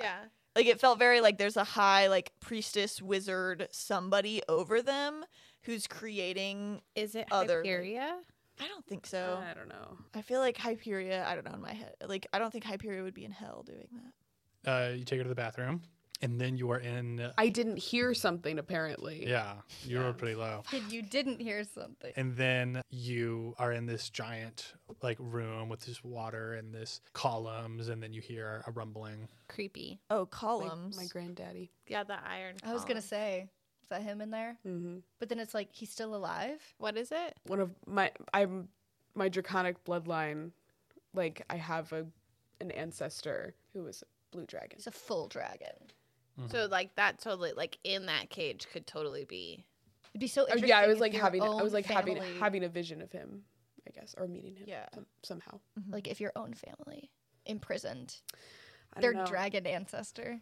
[SPEAKER 2] Like it felt very like there's a high like priestess wizard somebody over them who's creating.
[SPEAKER 4] Is it
[SPEAKER 2] Other-
[SPEAKER 4] Hyperia?
[SPEAKER 2] I don't think so.
[SPEAKER 5] I don't know.
[SPEAKER 2] I feel like Hyperia. I don't know in my head. Like I don't think Hyperia would be in hell doing that.
[SPEAKER 1] Uh, you take her to the bathroom, and then you are in.
[SPEAKER 5] I didn't hear something apparently.
[SPEAKER 1] Yeah, you were pretty low.
[SPEAKER 3] Kid, you didn't hear something.
[SPEAKER 1] And then you are in this giant like room with this water and this columns, and then you hear a rumbling.
[SPEAKER 4] Creepy.
[SPEAKER 2] Oh,
[SPEAKER 5] My,
[SPEAKER 2] columns.
[SPEAKER 5] my granddaddy.
[SPEAKER 4] Yeah, the iron.
[SPEAKER 3] I
[SPEAKER 5] Um,
[SPEAKER 3] was gonna
[SPEAKER 4] column.
[SPEAKER 3] say, is that him in there?
[SPEAKER 5] Mm-hmm.
[SPEAKER 3] But then it's like he's still alive.
[SPEAKER 4] What is it?
[SPEAKER 5] one of my I'm my draconic bloodline. Like I have a an ancestor who was a blue dragon.
[SPEAKER 3] He's a full dragon.
[SPEAKER 1] Mm-hmm.
[SPEAKER 4] So like that totally like in that cage could totally be.
[SPEAKER 3] It'd be so
[SPEAKER 5] Or,
[SPEAKER 3] interesting.
[SPEAKER 5] Oh, yeah, I was
[SPEAKER 3] if
[SPEAKER 5] like
[SPEAKER 3] your
[SPEAKER 5] having I
[SPEAKER 3] own
[SPEAKER 5] was like having
[SPEAKER 3] family-
[SPEAKER 5] having a vision of him, I guess, or meeting him.
[SPEAKER 2] Yeah.
[SPEAKER 5] some- somehow.
[SPEAKER 3] like if your own family imprisoned
[SPEAKER 5] I
[SPEAKER 3] their
[SPEAKER 5] don't know.
[SPEAKER 3] dragon ancestor.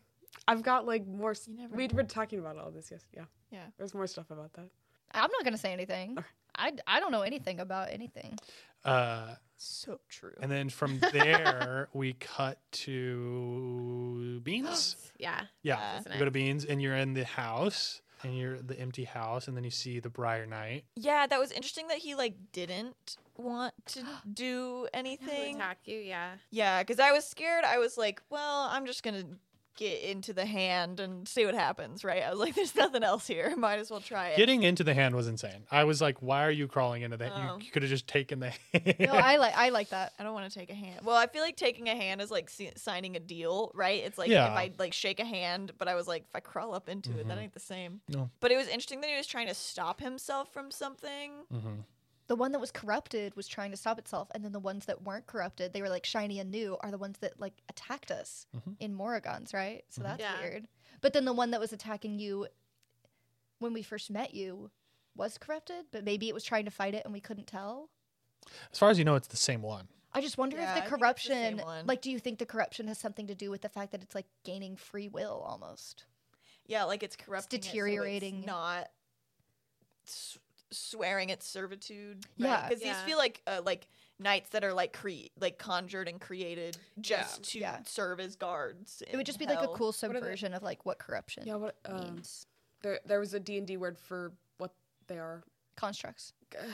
[SPEAKER 5] I've got like more. s-
[SPEAKER 2] You never
[SPEAKER 5] We were talking about all this. Yes. Yeah.
[SPEAKER 2] Yeah.
[SPEAKER 5] There's more stuff about that.
[SPEAKER 3] I'm not gonna say anything. I, I don't know anything about
[SPEAKER 5] [LAUGHS]
[SPEAKER 3] anything.
[SPEAKER 1] Uh,
[SPEAKER 2] So true.
[SPEAKER 1] and then from there we cut to beans.
[SPEAKER 4] Yeah.
[SPEAKER 1] Yeah,
[SPEAKER 5] [GASPS]
[SPEAKER 1] [GASPS]
[SPEAKER 2] Yeah.
[SPEAKER 1] you go to beans, and you're in the house. and you're the empty house, and then you see the Briar Knight.
[SPEAKER 2] Yeah, that was interesting that he like didn't want [GASPS] to do anything.
[SPEAKER 4] attack you, yeah.
[SPEAKER 2] Yeah, because I was scared. I was like, well, I'm just gonna get into the hand and see what happens, right? I was like, there's nothing else here. [LAUGHS] Might as well try it.
[SPEAKER 1] Getting into the hand was insane. I was like, why are you crawling into that?
[SPEAKER 2] Oh.
[SPEAKER 1] You could have just taken the hand. [LAUGHS]
[SPEAKER 3] No, I like I like that.
[SPEAKER 2] I don't want to take a hand. Well, I feel like taking a hand is like si- signing a deal, right? It's like
[SPEAKER 1] Yeah. Mm-hmm.
[SPEAKER 2] if I like shake a hand, but I was like, if I crawl up into it, that ain't the same.
[SPEAKER 1] No.
[SPEAKER 2] But it was interesting that he was trying to stop himself from something.
[SPEAKER 1] Mhm.
[SPEAKER 3] The one that was corrupted was trying to stop itself, and then the ones that weren't corrupted, they were like shiny and new, are the ones that like attacked us
[SPEAKER 1] Mhm.
[SPEAKER 3] in Moragons, right? So that's
[SPEAKER 4] Yeah.
[SPEAKER 3] weird. But then the one that was attacking you when we first met you was corrupted, but maybe it was trying to fight it and we couldn't tell.
[SPEAKER 1] As far as you know, it's the same one.
[SPEAKER 3] I just wonder
[SPEAKER 2] Yeah, I
[SPEAKER 3] if
[SPEAKER 2] think
[SPEAKER 3] the
[SPEAKER 2] it's the same
[SPEAKER 3] corruption,
[SPEAKER 2] one.
[SPEAKER 3] like, do you think the corruption has something to do with the fact that it's like gaining free will almost?
[SPEAKER 2] Yeah, like it's corrupting. it, so
[SPEAKER 3] deteriorating.
[SPEAKER 2] it's not s- swearing its servitude.
[SPEAKER 3] Yeah.
[SPEAKER 2] because these
[SPEAKER 4] Yeah.
[SPEAKER 2] feel like uh, like knights that are like cre- like conjured and created just to
[SPEAKER 3] Yeah.
[SPEAKER 2] serve as guards.
[SPEAKER 3] It would just be like a cool
[SPEAKER 5] are they-
[SPEAKER 3] subversion of like what corruption
[SPEAKER 5] Yeah, what um,
[SPEAKER 3] means.
[SPEAKER 5] there there was a D and D word for what they are.
[SPEAKER 3] Constructs.
[SPEAKER 1] Are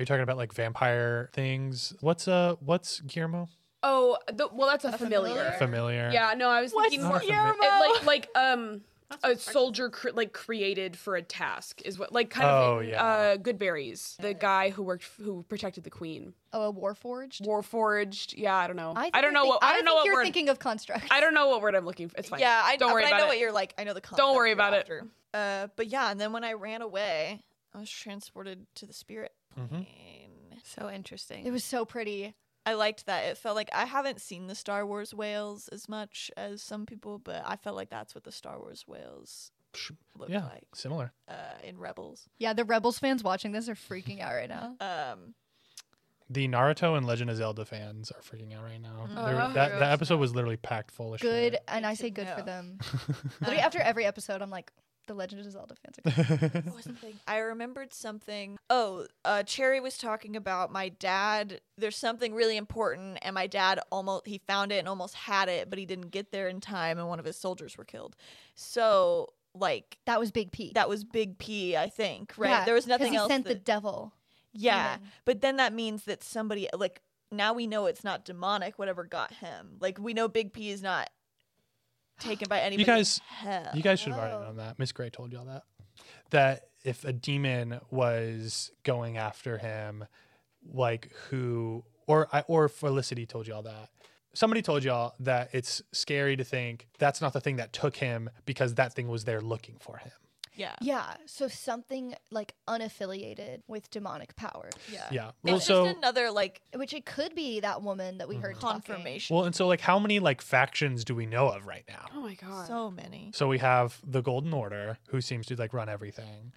[SPEAKER 1] you talking about like vampire things? What's uh what's Guillermo?
[SPEAKER 5] Oh, the, well, that's a,
[SPEAKER 3] A
[SPEAKER 5] familiar.
[SPEAKER 3] familiar?
[SPEAKER 1] Familiar.
[SPEAKER 5] Yeah, no, I was
[SPEAKER 2] What's
[SPEAKER 5] thinking more it,
[SPEAKER 1] Guillermo?
[SPEAKER 5] like like um
[SPEAKER 4] That's
[SPEAKER 5] a
[SPEAKER 4] what's
[SPEAKER 5] soldier cre- like created for a task is what like kind
[SPEAKER 1] Oh,
[SPEAKER 5] of in,
[SPEAKER 1] yeah.
[SPEAKER 5] uh Goodberries, the guy who worked f- who protected the queen,
[SPEAKER 3] Oh, a warforged.
[SPEAKER 5] Warforged. Yeah, I don't know. I,
[SPEAKER 3] think
[SPEAKER 5] don't know
[SPEAKER 3] think-
[SPEAKER 5] what I don't know
[SPEAKER 3] think
[SPEAKER 5] what
[SPEAKER 3] you're
[SPEAKER 5] word.
[SPEAKER 3] thinking of constructs.
[SPEAKER 5] I don't know what word I'm looking for. It's fine.
[SPEAKER 2] Yeah, I
[SPEAKER 5] don't worry
[SPEAKER 2] but
[SPEAKER 5] about
[SPEAKER 2] I know
[SPEAKER 5] it.
[SPEAKER 2] what you're like. I know the concept.
[SPEAKER 5] Don't worry
[SPEAKER 2] you're
[SPEAKER 5] about it.
[SPEAKER 2] after. Uh, but yeah, and then when I ran away, I was transported to the spirit plane.
[SPEAKER 1] Mhm.
[SPEAKER 5] Hmm?
[SPEAKER 4] So interesting.
[SPEAKER 3] It was so pretty.
[SPEAKER 2] I liked that. It felt like I haven't seen the Star Wars whales as much as some people, but I felt like that's what the Star Wars whales
[SPEAKER 1] Sh-
[SPEAKER 2] look
[SPEAKER 1] Yeah.
[SPEAKER 2] like
[SPEAKER 1] Similar.
[SPEAKER 2] uh, in Rebels.
[SPEAKER 3] Yeah, the Rebels fans watching this are freaking out right now.
[SPEAKER 2] Um,
[SPEAKER 1] The Naruto and Legend of Zelda fans are freaking out right now.
[SPEAKER 2] Mm.
[SPEAKER 1] They were-
[SPEAKER 5] Oh,
[SPEAKER 1] that,
[SPEAKER 4] gross.
[SPEAKER 1] that episode was literally packed full of
[SPEAKER 3] Good, and I
[SPEAKER 2] Good to
[SPEAKER 3] say good for
[SPEAKER 2] know.
[SPEAKER 3] them.
[SPEAKER 1] shit.
[SPEAKER 3] Literally after every episode, I'm like, the Legend of Zelda fans
[SPEAKER 1] [LAUGHS]
[SPEAKER 3] are.
[SPEAKER 2] what was something? I remembered something. Oh, uh, Cherry was talking about my dad. There's something really important, and my dad almost he found it and almost had it, but he didn't get there in time, and one of his soldiers were killed. So like
[SPEAKER 3] That was Big P.
[SPEAKER 2] that was Big P, I think, right?
[SPEAKER 3] Yeah,
[SPEAKER 2] there was
[SPEAKER 3] 'cause
[SPEAKER 2] nothing
[SPEAKER 3] he
[SPEAKER 2] else.
[SPEAKER 3] sent the
[SPEAKER 2] that-
[SPEAKER 3] devil.
[SPEAKER 2] yeah,
[SPEAKER 3] demon.
[SPEAKER 2] but then that means that somebody like now we know it's not demonic. Whatever got him, like we know Big P is not taken by anybody. in
[SPEAKER 1] guys-
[SPEAKER 2] hell.
[SPEAKER 1] You guys should have already
[SPEAKER 3] Oh.
[SPEAKER 1] known that. Miss Gray told y'all that. That if a demon was going after him, like who or I or Felicity told y'all that. Somebody told y'all that it's scary to think that's not the thing that took him because that thing was there looking for him.
[SPEAKER 2] yeah,
[SPEAKER 3] Yeah, so something like unaffiliated with demonic power,
[SPEAKER 2] yeah,
[SPEAKER 1] Yeah.
[SPEAKER 2] It's
[SPEAKER 1] Well, so
[SPEAKER 2] just another like
[SPEAKER 3] which it could be that woman that we heard talking.
[SPEAKER 2] Mm-hmm. confirmation.
[SPEAKER 1] well, and so like how many like factions do we know of right now?
[SPEAKER 5] Oh my god.
[SPEAKER 2] So many.
[SPEAKER 1] So we have the Golden Order, who seems to like run everything,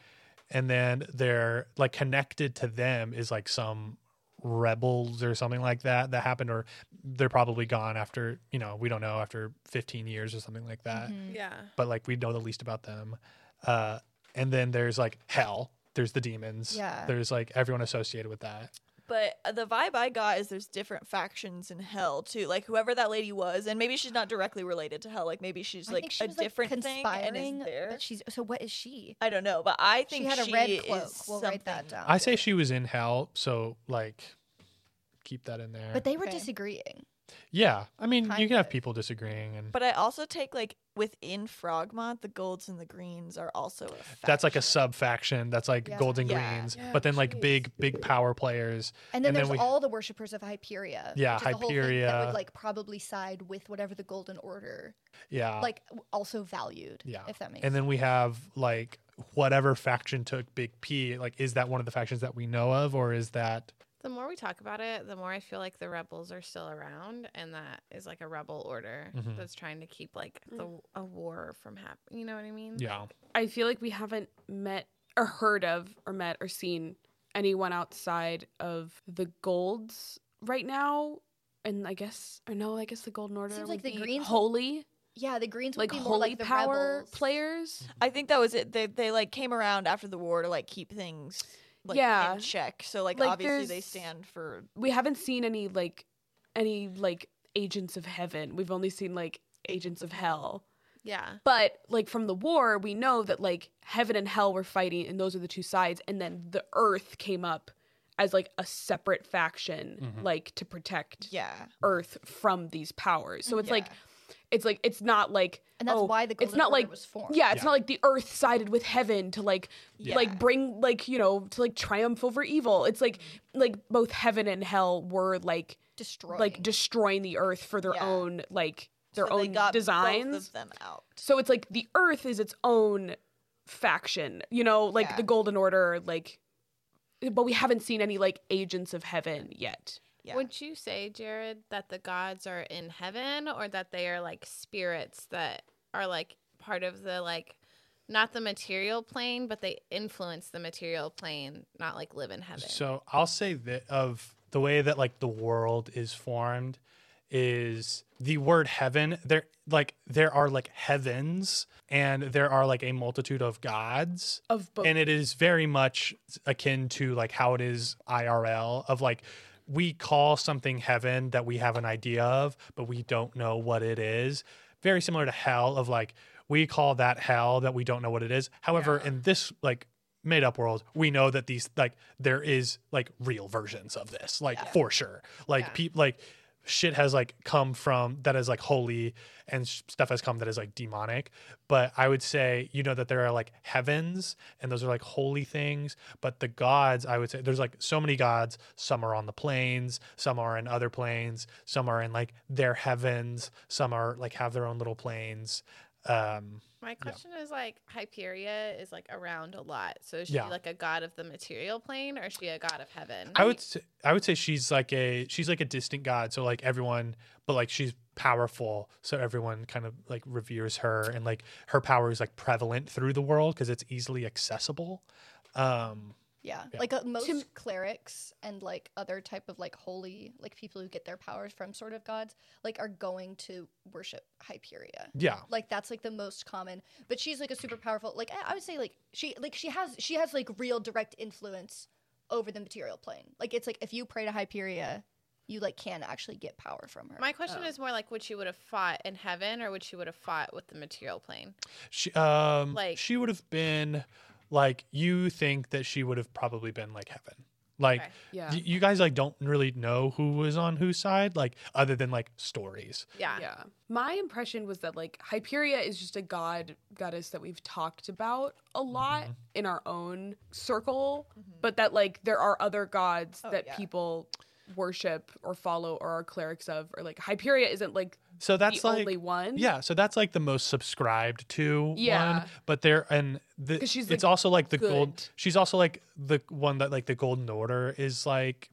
[SPEAKER 1] and then they're like connected to them is like some rebels or something like that that happened, or they're probably gone after you know we don't know after 15 years or something like that.
[SPEAKER 3] Mhm.
[SPEAKER 4] yeah.
[SPEAKER 1] But like we know the least about them, uh, and then there's like hell. There's the demons.
[SPEAKER 3] Yeah.
[SPEAKER 1] There's like everyone associated with that.
[SPEAKER 2] But uh, the vibe I got is there's different factions in hell too. Like whoever that lady was, and maybe she's not directly related to hell. Like maybe she's
[SPEAKER 3] I
[SPEAKER 2] like
[SPEAKER 3] think she
[SPEAKER 2] a
[SPEAKER 3] was, like,
[SPEAKER 2] different thing and
[SPEAKER 3] conspiring,
[SPEAKER 2] is there.
[SPEAKER 3] But she's so. What is she?
[SPEAKER 2] I don't know, but I think
[SPEAKER 3] She had a
[SPEAKER 2] is
[SPEAKER 3] red cloak. We'll write that
[SPEAKER 2] something-
[SPEAKER 3] down.
[SPEAKER 1] I say she was in hell, so like keep that in there.
[SPEAKER 3] But they were
[SPEAKER 2] Okay.
[SPEAKER 3] disagreeing.
[SPEAKER 1] yeah, I mean you
[SPEAKER 3] Kind
[SPEAKER 1] can have
[SPEAKER 3] of.
[SPEAKER 1] people disagreeing and.
[SPEAKER 2] But I also take like within Frogmont, the golds and the greens are also a
[SPEAKER 1] that's like a
[SPEAKER 2] faction.
[SPEAKER 1] sub faction that's like
[SPEAKER 3] Yeah.
[SPEAKER 1] golden
[SPEAKER 2] Yeah.
[SPEAKER 1] greens
[SPEAKER 5] Yeah,
[SPEAKER 1] but then like
[SPEAKER 5] jeez.
[SPEAKER 1] big big power players
[SPEAKER 3] And then
[SPEAKER 1] And then
[SPEAKER 3] there's
[SPEAKER 1] we-
[SPEAKER 3] all the worshippers of Hyperia.
[SPEAKER 1] Yeah,
[SPEAKER 3] which is the whole thing that
[SPEAKER 1] Hyperia.
[SPEAKER 3] would like probably side with whatever the Golden Order
[SPEAKER 1] yeah
[SPEAKER 3] like w- also valued.
[SPEAKER 1] Yeah.
[SPEAKER 3] if that makes.
[SPEAKER 1] and
[SPEAKER 3] sense.
[SPEAKER 1] then we have like whatever faction took big p like is that one of the factions that we know of or is that
[SPEAKER 4] The more we talk about it, the more I feel like the rebels are still around, and that is like a rebel order
[SPEAKER 1] Mhm.
[SPEAKER 4] that's trying to keep like
[SPEAKER 3] Mm.
[SPEAKER 4] the a war from happening. You know what I mean?
[SPEAKER 1] yeah
[SPEAKER 5] I feel like we haven't met or heard of or met or seen anyone outside of the Golds right now. And I guess, or no, I guess the Golden Order
[SPEAKER 3] Seems
[SPEAKER 5] would
[SPEAKER 3] like the
[SPEAKER 5] be
[SPEAKER 3] Greens-
[SPEAKER 5] holy,
[SPEAKER 3] yeah, the Greens would
[SPEAKER 5] like
[SPEAKER 3] be
[SPEAKER 5] holy
[SPEAKER 3] more like the
[SPEAKER 5] power
[SPEAKER 3] rebels.
[SPEAKER 5] players.
[SPEAKER 2] I think that was it. They they like came around after the war to like keep things like
[SPEAKER 5] Yeah.
[SPEAKER 2] in check. So like,
[SPEAKER 5] Like,
[SPEAKER 2] obviously they
[SPEAKER 5] there's-
[SPEAKER 2] stand for
[SPEAKER 5] We haven't seen any like any like agents of heaven. We've only seen like agents of hell.
[SPEAKER 4] Yeah.
[SPEAKER 5] But like from the war, we know that like heaven and hell were fighting, and those are the two sides. And then the earth came up as like a separate faction,
[SPEAKER 1] Mhm.
[SPEAKER 5] like to protect
[SPEAKER 2] Yeah.
[SPEAKER 5] Earth from these powers. So it's like,
[SPEAKER 2] Yeah.
[SPEAKER 5] it's like it's not like
[SPEAKER 3] and that's
[SPEAKER 5] oh,
[SPEAKER 3] why the
[SPEAKER 5] it's
[SPEAKER 3] Golden
[SPEAKER 5] not
[SPEAKER 3] Order
[SPEAKER 5] like
[SPEAKER 3] was formed.
[SPEAKER 5] yeah, it's
[SPEAKER 1] Yeah.
[SPEAKER 5] not like the Earth sided with heaven to like
[SPEAKER 2] Yeah.
[SPEAKER 5] like bring like you know to like triumph over evil. It's like
[SPEAKER 2] Mm-hmm.
[SPEAKER 5] like both heaven and hell were like
[SPEAKER 3] destroyed.
[SPEAKER 5] like destroying the Earth for their
[SPEAKER 2] Yeah.
[SPEAKER 5] own like their
[SPEAKER 2] So they
[SPEAKER 5] own
[SPEAKER 2] got
[SPEAKER 5] designs.
[SPEAKER 2] both of them out.
[SPEAKER 5] So it's like the Earth is its own faction, you know, like
[SPEAKER 2] Yeah.
[SPEAKER 5] the Golden Order, like. But we haven't seen any like agents of heaven yet.
[SPEAKER 2] Yeah.
[SPEAKER 4] Would you say, Jared, that the gods are in heaven or that they are like spirits that are like part of the like not the material plane, but they influence the material plane, not like live in heaven?
[SPEAKER 1] So I'll say that of the way that like the world is formed is the word heaven there like there are like heavens and there are like a multitude of gods
[SPEAKER 5] Of both,
[SPEAKER 1] and it is very much akin to like how it is IRL of like we call something heaven that we have an idea of but we don't know what it is very similar to hell of like we call that hell that we don't know what it is however in this like made up world we know that these like there is like real versions of this like for sure like
[SPEAKER 4] Yeah.
[SPEAKER 1] peop like shit has like come from that is like holy and s- stuff has come that is like demonic but i would say you know that there are like heavens and those are like holy things but the gods i would say there's like so many gods some are on the plains some are in other planes some are in like their heavens some are like have their own little planes um
[SPEAKER 4] My question is like Hyperia is like around a lot. So is she
[SPEAKER 1] Yeah.
[SPEAKER 4] like a god of the material plane or is she a god of heaven?
[SPEAKER 1] I would say, I would say she's like a she's like a distant god. So like everyone, but like she's powerful. So everyone kind of like reveres her, and like her power is like prevalent through the world because it's easily accessible. Um,
[SPEAKER 3] yeah.
[SPEAKER 1] Yeah.
[SPEAKER 3] Like uh, most clerics and like other type of like holy like people who get their powers from sort of gods like are going to worship Hyperia.
[SPEAKER 1] yeah,
[SPEAKER 3] Like that's like the most common. But she's like a super powerful. Like I, I would say like she like she has she has like real direct influence over the material plane. Like it's like if you pray to Hyperia, you like can actually get power from her.
[SPEAKER 4] My question
[SPEAKER 5] Oh.
[SPEAKER 4] is more like would she would have fought in heaven or would she would have fought with the material plane?
[SPEAKER 1] she um
[SPEAKER 4] Like-
[SPEAKER 1] she would have been like you think that she would have probably been like heaven. Like
[SPEAKER 4] Okay.
[SPEAKER 5] yeah,
[SPEAKER 1] y- you guys like don't really know who was on whose side, like other than like stories.
[SPEAKER 4] Yeah.
[SPEAKER 5] yeah. My impression was that like Hyperia is just a god goddess that we've talked about a lot
[SPEAKER 1] Mhm.
[SPEAKER 5] in our own circle, but that like there are other gods
[SPEAKER 2] Mm-hmm. Oh,
[SPEAKER 5] that
[SPEAKER 2] yeah.
[SPEAKER 5] people worship or follow or are clerics of, or like Hyperia isn't like
[SPEAKER 1] So that's
[SPEAKER 5] the
[SPEAKER 1] like
[SPEAKER 5] only one.
[SPEAKER 1] Yeah, so that's like the most subscribed to
[SPEAKER 5] Yeah.
[SPEAKER 1] one, but there and the,
[SPEAKER 5] 'Cause she's,
[SPEAKER 1] it's
[SPEAKER 5] like,
[SPEAKER 1] also like the
[SPEAKER 5] good.
[SPEAKER 1] gold. She's also like the one that like the Golden Order is like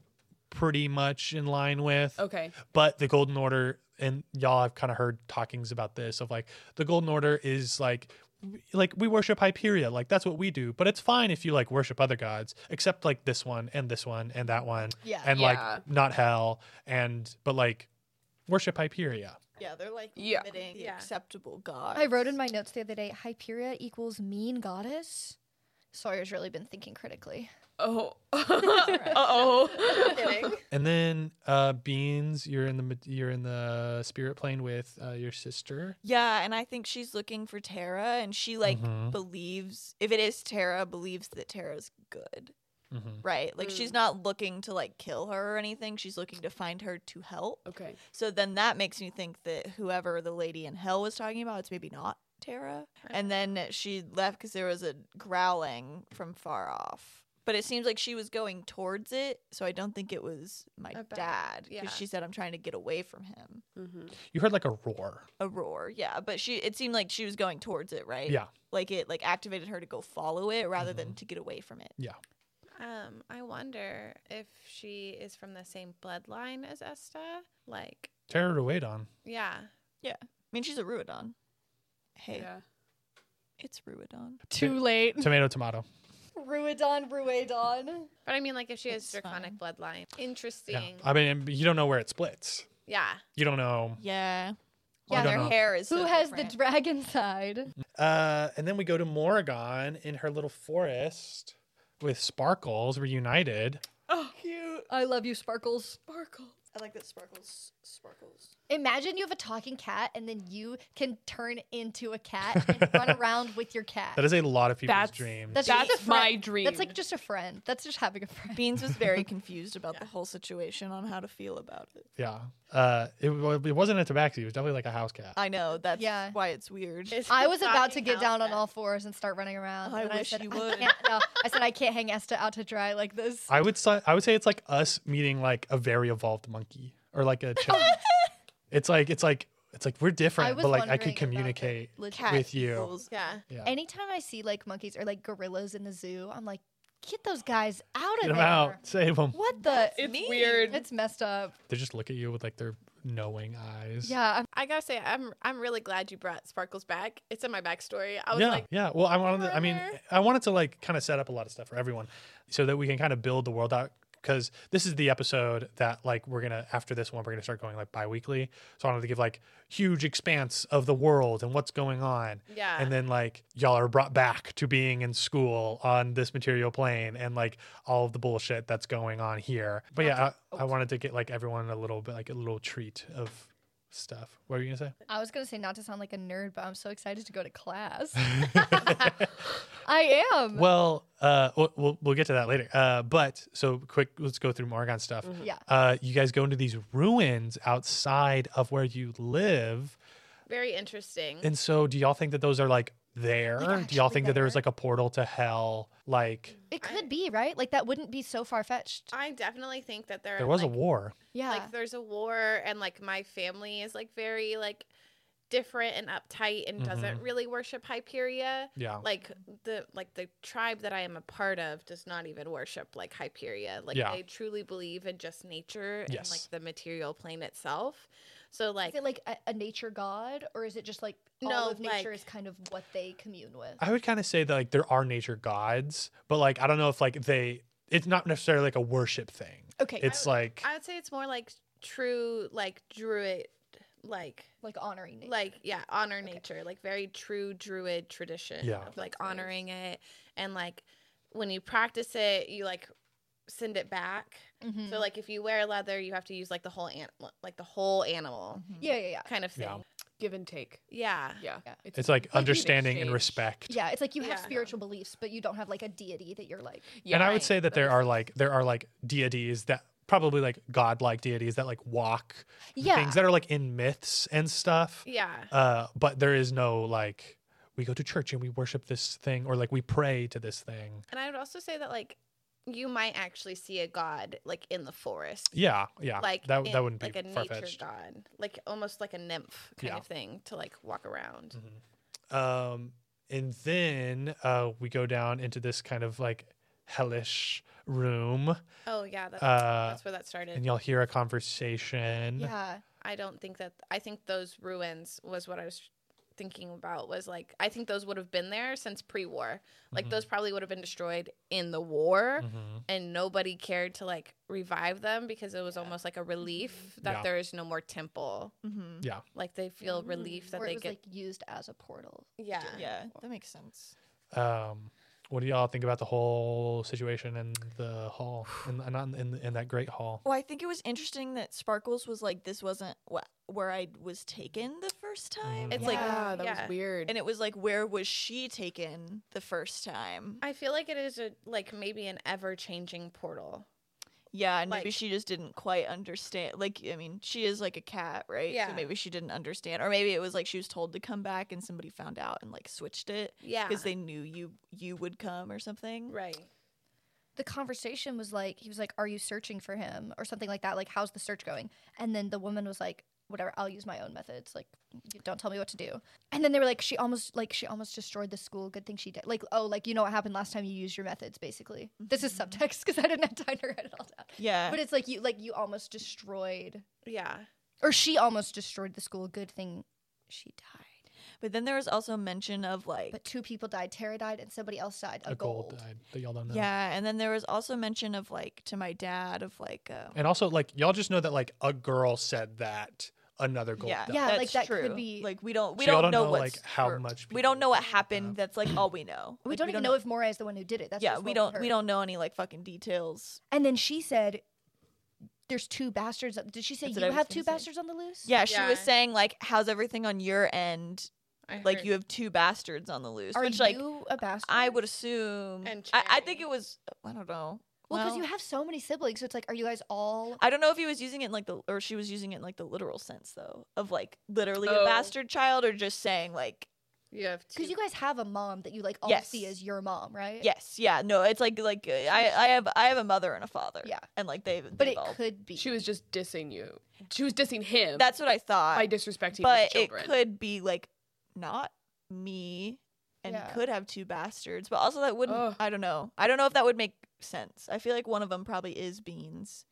[SPEAKER 1] pretty much in line with.
[SPEAKER 5] Okay.
[SPEAKER 1] But the Golden Order and y'all I've kind of heard talkings about this of like the Golden Order is like w- like we worship Hyperia, like that's what we do. But it's fine if you like worship other gods, except like this one and this one and that one
[SPEAKER 2] Yeah.
[SPEAKER 1] and
[SPEAKER 5] Yeah.
[SPEAKER 1] like not hell and but like worship Hyperia.
[SPEAKER 2] yeah. They're like
[SPEAKER 5] Yeah.
[SPEAKER 2] limiting
[SPEAKER 4] Yeah.
[SPEAKER 2] acceptable gods.
[SPEAKER 3] I wrote in my notes the other day, Hyperia equals mean goddess. Sawyer's really been thinking
[SPEAKER 2] [LAUGHS]
[SPEAKER 3] critically.
[SPEAKER 5] Oh. [LAUGHS] uh oh.
[SPEAKER 1] And then uh, beans, you're in the ma- you're in the spirit plane with uh, your sister.
[SPEAKER 2] Yeah, and I think she's looking for Tara, and she like
[SPEAKER 1] Mhm.
[SPEAKER 2] believes if it is Tara, believes that Tara's good,
[SPEAKER 1] Mhm.
[SPEAKER 2] right? Like she's
[SPEAKER 5] Mm.
[SPEAKER 2] not looking to like kill her or anything. She's looking to find her to help.
[SPEAKER 5] Okay.
[SPEAKER 2] So then that makes me think that whoever the lady in hell was talking about, it's maybe not Tara. And then she left because there was a growling from far off. But it seems like she was going towards it, so I don't think it was my
[SPEAKER 4] A bad-
[SPEAKER 2] dad because
[SPEAKER 4] yeah.
[SPEAKER 2] she said I'm trying to get away from him
[SPEAKER 5] hmm
[SPEAKER 1] You heard like a roar.
[SPEAKER 2] a roar yeah but she it seemed like she was going towards it right
[SPEAKER 1] Yeah.
[SPEAKER 2] like it like activated her to go follow it rather than
[SPEAKER 1] Mhm.
[SPEAKER 2] to get away from it
[SPEAKER 4] Um, I wonder if she is from the same bloodline as Esta. Like,
[SPEAKER 1] Terror to wait on.
[SPEAKER 4] yeah,
[SPEAKER 2] i mean she's a ruidon hey
[SPEAKER 5] Yeah.
[SPEAKER 2] it's ruidon
[SPEAKER 1] Too
[SPEAKER 2] late
[SPEAKER 1] Tomato, tomato.
[SPEAKER 3] Ruidon, Ruidon.
[SPEAKER 4] but I mean, like, if she has
[SPEAKER 2] It's
[SPEAKER 4] draconic bloodline,
[SPEAKER 1] Yeah.
[SPEAKER 4] interesting. Yeah,
[SPEAKER 1] I mean, you don't know where it splits. You don't know.
[SPEAKER 2] yeah
[SPEAKER 3] Yeah,
[SPEAKER 2] yeah
[SPEAKER 1] don't
[SPEAKER 2] their
[SPEAKER 1] know.
[SPEAKER 2] hair is
[SPEAKER 3] Who
[SPEAKER 2] so
[SPEAKER 4] [LAUGHS]
[SPEAKER 3] has
[SPEAKER 2] different.
[SPEAKER 3] the dragon side?
[SPEAKER 1] Uh, and then we go to Morrigan in her little forest with Sparkles reunited.
[SPEAKER 5] Oh, [LAUGHS] cute.
[SPEAKER 3] I love you, Sparkles.
[SPEAKER 5] Sparkle.
[SPEAKER 2] i like that sparkles sparkles
[SPEAKER 3] Imagine you have a talking cat and then you can turn into a cat and
[SPEAKER 2] [LAUGHS]
[SPEAKER 3] run around with your cat.
[SPEAKER 1] That is a lot of people's
[SPEAKER 5] That's-
[SPEAKER 1] dreams.
[SPEAKER 3] That's
[SPEAKER 5] That's
[SPEAKER 3] just a
[SPEAKER 5] my
[SPEAKER 3] friend.
[SPEAKER 5] dream.
[SPEAKER 3] That's like just a friend. That's just having a friend.
[SPEAKER 2] Beans was
[SPEAKER 1] [LAUGHS]
[SPEAKER 2] very confused about the whole situation on how to feel about it.
[SPEAKER 1] yeah. Uh, it, wa- it wasn't a tabaxi. It was definitely like a house cat.
[SPEAKER 2] I know that's
[SPEAKER 3] Yeah.
[SPEAKER 2] why it's weird.
[SPEAKER 4] It's
[SPEAKER 3] I
[SPEAKER 4] the
[SPEAKER 3] was about to
[SPEAKER 4] fucking
[SPEAKER 3] get down on
[SPEAKER 4] outfit.
[SPEAKER 3] all fours and start running around.
[SPEAKER 2] I
[SPEAKER 3] and
[SPEAKER 2] wish
[SPEAKER 3] I said,
[SPEAKER 2] you
[SPEAKER 3] "I
[SPEAKER 2] would."
[SPEAKER 3] can't- [LAUGHS] no, I said I can't hang Esta out to dry like
[SPEAKER 2] [LAUGHS]
[SPEAKER 3] this.
[SPEAKER 1] I would say I would say it's like us meeting like a very evolved monkey or like a
[SPEAKER 3] [LAUGHS]
[SPEAKER 1] chimp. it's like it's like it's like we're different,
[SPEAKER 3] was
[SPEAKER 1] but like I
[SPEAKER 3] wondering
[SPEAKER 1] could
[SPEAKER 3] about
[SPEAKER 1] communicate.
[SPEAKER 3] that. Legit.
[SPEAKER 2] Cat
[SPEAKER 1] with you.
[SPEAKER 2] rules.
[SPEAKER 4] Yeah.
[SPEAKER 1] Yeah.
[SPEAKER 3] Anytime I see like monkeys or like gorillas in the zoo, I'm like, get those guys out of
[SPEAKER 1] Get them
[SPEAKER 3] there.
[SPEAKER 1] out, save them.
[SPEAKER 3] What the?
[SPEAKER 4] It's
[SPEAKER 2] mean.
[SPEAKER 4] weird.
[SPEAKER 3] It's messed up.
[SPEAKER 1] They just look at you with like their knowing eyes.
[SPEAKER 3] Yeah, I'm,
[SPEAKER 4] I gotta say, I'm I'm really glad you brought Sparkles back. It's in my backstory. I was
[SPEAKER 1] yeah,
[SPEAKER 4] like,
[SPEAKER 1] yeah. Well, I wanted. To, I mean,
[SPEAKER 4] Remember?
[SPEAKER 1] I wanted to like kind of set up a lot of stuff for everyone, so that we can kind of build the world out. Because this is the episode that like we're gonna after this one we're gonna start going like bi-weekly. So I wanted to give like huge expanse of the world and what's going on.
[SPEAKER 4] yeah.
[SPEAKER 1] And then like y'all are brought back to being in school on this material plane and like all of the bullshit that's going on here. But yeah, I, I wanted to get like everyone a little bit like a little treat of stuff. What were you gonna say?
[SPEAKER 3] I was gonna say not to sound like a nerd, but I'm so excited to go
[SPEAKER 1] [LAUGHS]
[SPEAKER 3] to class. [LAUGHS] I am.
[SPEAKER 1] Well, uh, we'll- we'll we'll get to that later. Uh, but so quick, let's go through Morgan stuff.
[SPEAKER 4] Mm-hmm.
[SPEAKER 3] Yeah.
[SPEAKER 1] Uh, you guys go into these ruins outside of where you live,
[SPEAKER 4] Mm-hmm. very interesting.
[SPEAKER 1] and so do y'all think that those are like there?
[SPEAKER 3] Like,
[SPEAKER 1] do y'all
[SPEAKER 3] actually
[SPEAKER 1] think that there is
[SPEAKER 3] there?
[SPEAKER 1] like a portal to hell? Like
[SPEAKER 3] It could be right. Like that wouldn't be so far fetched.
[SPEAKER 4] I definitely think that there
[SPEAKER 1] there was
[SPEAKER 4] like,
[SPEAKER 1] a war.
[SPEAKER 3] Yeah.
[SPEAKER 4] Like there's a war, and like my family is like very like different and uptight and doesn't
[SPEAKER 1] Mm-hmm.
[SPEAKER 4] really worship Hyperia.
[SPEAKER 1] Yeah.
[SPEAKER 4] Like the like the tribe that I am a part of does not even worship like Hyperia. Like
[SPEAKER 1] Yeah.
[SPEAKER 4] they truly believe in just nature and
[SPEAKER 1] Yes.
[SPEAKER 4] like the material plane itself. So like
[SPEAKER 3] is it like a, a nature god, or is it just like all
[SPEAKER 4] No,
[SPEAKER 3] of nature
[SPEAKER 4] like-
[SPEAKER 3] is kind of what they commune with?
[SPEAKER 1] I would kind of say that like there are nature gods, but like I don't know if like they. It's not necessarily like a worship thing.
[SPEAKER 3] okay,
[SPEAKER 1] It's like
[SPEAKER 4] I would say it's more like true like druid like
[SPEAKER 3] like honoring nature.
[SPEAKER 4] like yeah honor nature like very true druid tradition
[SPEAKER 1] Yeah.
[SPEAKER 4] of like honoring it and like when you practice it you like send it back
[SPEAKER 3] Mhm.
[SPEAKER 4] so like if you wear leather you have to use like the whole an- like the whole animal
[SPEAKER 3] yeah, yeah, yeah,
[SPEAKER 4] kind of thing
[SPEAKER 1] Yeah.
[SPEAKER 5] give and take.
[SPEAKER 4] yeah
[SPEAKER 5] Yeah.
[SPEAKER 3] Yeah.
[SPEAKER 1] it's like
[SPEAKER 3] an
[SPEAKER 1] understanding and
[SPEAKER 5] exchange.
[SPEAKER 1] respect.
[SPEAKER 3] yeah. It's like you have
[SPEAKER 4] Yeah.
[SPEAKER 3] spiritual beliefs, but you don't have like a deity that you're like.
[SPEAKER 5] Yeah.
[SPEAKER 1] and I
[SPEAKER 4] right.
[SPEAKER 1] would say that there are like there are like deities that probably like godlike deities that like walk
[SPEAKER 3] Yeah,
[SPEAKER 1] things that are like in myths and stuff.
[SPEAKER 4] yeah
[SPEAKER 1] Uh, but there is no like we go to church and we worship this thing or like we pray to this thing.
[SPEAKER 4] and i would also say that like you might actually see a god like in the forest
[SPEAKER 1] Yeah, yeah.
[SPEAKER 4] like
[SPEAKER 1] that
[SPEAKER 4] in-
[SPEAKER 1] that wouldn't
[SPEAKER 4] like
[SPEAKER 1] be
[SPEAKER 4] a
[SPEAKER 1] far
[SPEAKER 4] nature
[SPEAKER 1] fetched.
[SPEAKER 4] god like almost like a nymph kind
[SPEAKER 1] Yeah. Mm.
[SPEAKER 4] of thing to like walk around
[SPEAKER 1] Um, and then uh, we go down into this kind of like hellish room,
[SPEAKER 4] oh yeah that's,
[SPEAKER 1] Uh,
[SPEAKER 4] that's where that started
[SPEAKER 1] and y'all hear a conversation.
[SPEAKER 3] yeah.
[SPEAKER 4] I don't think that I think those ruins was what I was thinking about was like I think those would have been there since pre-war. Like
[SPEAKER 1] Mhm.
[SPEAKER 4] those probably would have been destroyed in the war
[SPEAKER 1] Mhm.
[SPEAKER 4] and nobody cared to like revive them because it was almost like a relief that
[SPEAKER 1] Mm-hmm. Yeah.
[SPEAKER 4] there is no more temple.
[SPEAKER 2] hmm
[SPEAKER 4] Like they feel relief that
[SPEAKER 3] or it
[SPEAKER 4] they
[SPEAKER 3] was
[SPEAKER 4] get
[SPEAKER 3] like used as a portal.
[SPEAKER 4] yeah.
[SPEAKER 2] Yeah, that makes sense.
[SPEAKER 1] Um, what do y'all think about the whole situation in the hall, in, uh, not in, in, in that great hall?
[SPEAKER 2] Well, I think it was interesting that Sparkles was like, "This wasn't what where I was taken the first time."
[SPEAKER 1] Mhm.
[SPEAKER 4] It's like
[SPEAKER 5] yeah, that
[SPEAKER 4] yeah.
[SPEAKER 5] was weird.
[SPEAKER 2] and it was like, "Where was she taken the first time?"
[SPEAKER 4] I feel like it is a like maybe an ever-changing portal.
[SPEAKER 2] Yeah, and maybe
[SPEAKER 4] Like-
[SPEAKER 2] she just didn't quite understand. Like, I mean, she is like a cat, right?
[SPEAKER 4] Yeah.
[SPEAKER 2] So maybe she didn't understand, or maybe it was like she was told to come back, and somebody found out and like switched it
[SPEAKER 4] Yeah.
[SPEAKER 2] because they knew you you would come or something.
[SPEAKER 4] right.
[SPEAKER 3] The conversation was like he was like, "Are you searching for him?" or something like that. Like, how's the search going? And then the woman was like, "Whatever, I'll use my own methods. Like, you don't tell me what to do." And then they were like, "She almost like she almost destroyed the school. Good thing she did. Like, oh, like you know what happened last time you used your methods. Basically, this is subtext because I didn't have time to write it all down.
[SPEAKER 2] Mm-hmm. Yeah.
[SPEAKER 3] But it's like you like you almost destroyed
[SPEAKER 4] Yeah.
[SPEAKER 3] or she almost destroyed the school. Good thing she died.
[SPEAKER 2] But then there was also mention of like
[SPEAKER 3] But two people died. Tara died, and somebody else died. A,
[SPEAKER 1] A
[SPEAKER 3] gold.
[SPEAKER 1] gold died that y'all don't know.
[SPEAKER 2] yeah, and then there was also mention of like to my dad of like um,
[SPEAKER 1] And also, like, y'all just know that, like, a girl said that another gold
[SPEAKER 2] yeah,
[SPEAKER 1] died.
[SPEAKER 3] Yeah,
[SPEAKER 2] that's
[SPEAKER 3] like, that
[SPEAKER 2] true.
[SPEAKER 3] could be-
[SPEAKER 2] like we don't we
[SPEAKER 1] So y'all
[SPEAKER 2] don't,
[SPEAKER 1] don't
[SPEAKER 2] know,
[SPEAKER 1] know,
[SPEAKER 2] what's-
[SPEAKER 1] like, how
[SPEAKER 2] or-
[SPEAKER 1] much
[SPEAKER 2] we don't
[SPEAKER 1] people
[SPEAKER 2] know what
[SPEAKER 1] did
[SPEAKER 2] happened.
[SPEAKER 1] that.
[SPEAKER 2] That's like all we know.
[SPEAKER 3] We
[SPEAKER 2] Like,
[SPEAKER 3] don't even know, if Mora is the one who did it. That's
[SPEAKER 2] yeah,
[SPEAKER 3] just
[SPEAKER 2] we
[SPEAKER 3] what
[SPEAKER 2] don't
[SPEAKER 3] heard.
[SPEAKER 2] we don't know any like fucking details.
[SPEAKER 3] And then she said, there's two bastards. on- Did she say
[SPEAKER 2] That's what
[SPEAKER 3] you
[SPEAKER 2] I was
[SPEAKER 3] have
[SPEAKER 2] gonna
[SPEAKER 3] two
[SPEAKER 2] say.
[SPEAKER 3] bastards on the loose?
[SPEAKER 2] Yeah, she was
[SPEAKER 4] Yeah.
[SPEAKER 2] saying like, how's everything on your end?
[SPEAKER 4] I
[SPEAKER 2] Like
[SPEAKER 4] heard-
[SPEAKER 2] you have two bastards on the loose,
[SPEAKER 3] Are
[SPEAKER 2] which
[SPEAKER 3] you
[SPEAKER 2] like
[SPEAKER 3] a bastard?
[SPEAKER 2] I would assume.
[SPEAKER 4] And
[SPEAKER 2] I, I think
[SPEAKER 4] Chang.
[SPEAKER 2] it was. I don't know.
[SPEAKER 3] Well, because you have so many siblings, so it's like, are you guys all?
[SPEAKER 2] I don't know if he was using it in like the or she was using it in like the literal sense though of like literally a
[SPEAKER 4] Oh.
[SPEAKER 2] bastard child or just saying like
[SPEAKER 4] You have two.
[SPEAKER 3] Because you guys have a mom that you like all
[SPEAKER 2] Yes.
[SPEAKER 3] see as your mom, right?
[SPEAKER 2] yes yeah no it's like like uh, I I have I have a mother and a father
[SPEAKER 3] Yeah.
[SPEAKER 2] and like they
[SPEAKER 3] But it could be.
[SPEAKER 5] She was just dissing you. She was dissing him
[SPEAKER 2] that's what I thought
[SPEAKER 5] by disrespecting his
[SPEAKER 2] but it
[SPEAKER 5] children.
[SPEAKER 2] could be like not me and
[SPEAKER 3] Yeah.
[SPEAKER 2] could have two bastards but also that wouldn't
[SPEAKER 5] Ugh.
[SPEAKER 2] I don't know I don't know if that would make sense I feel like one of them probably is beans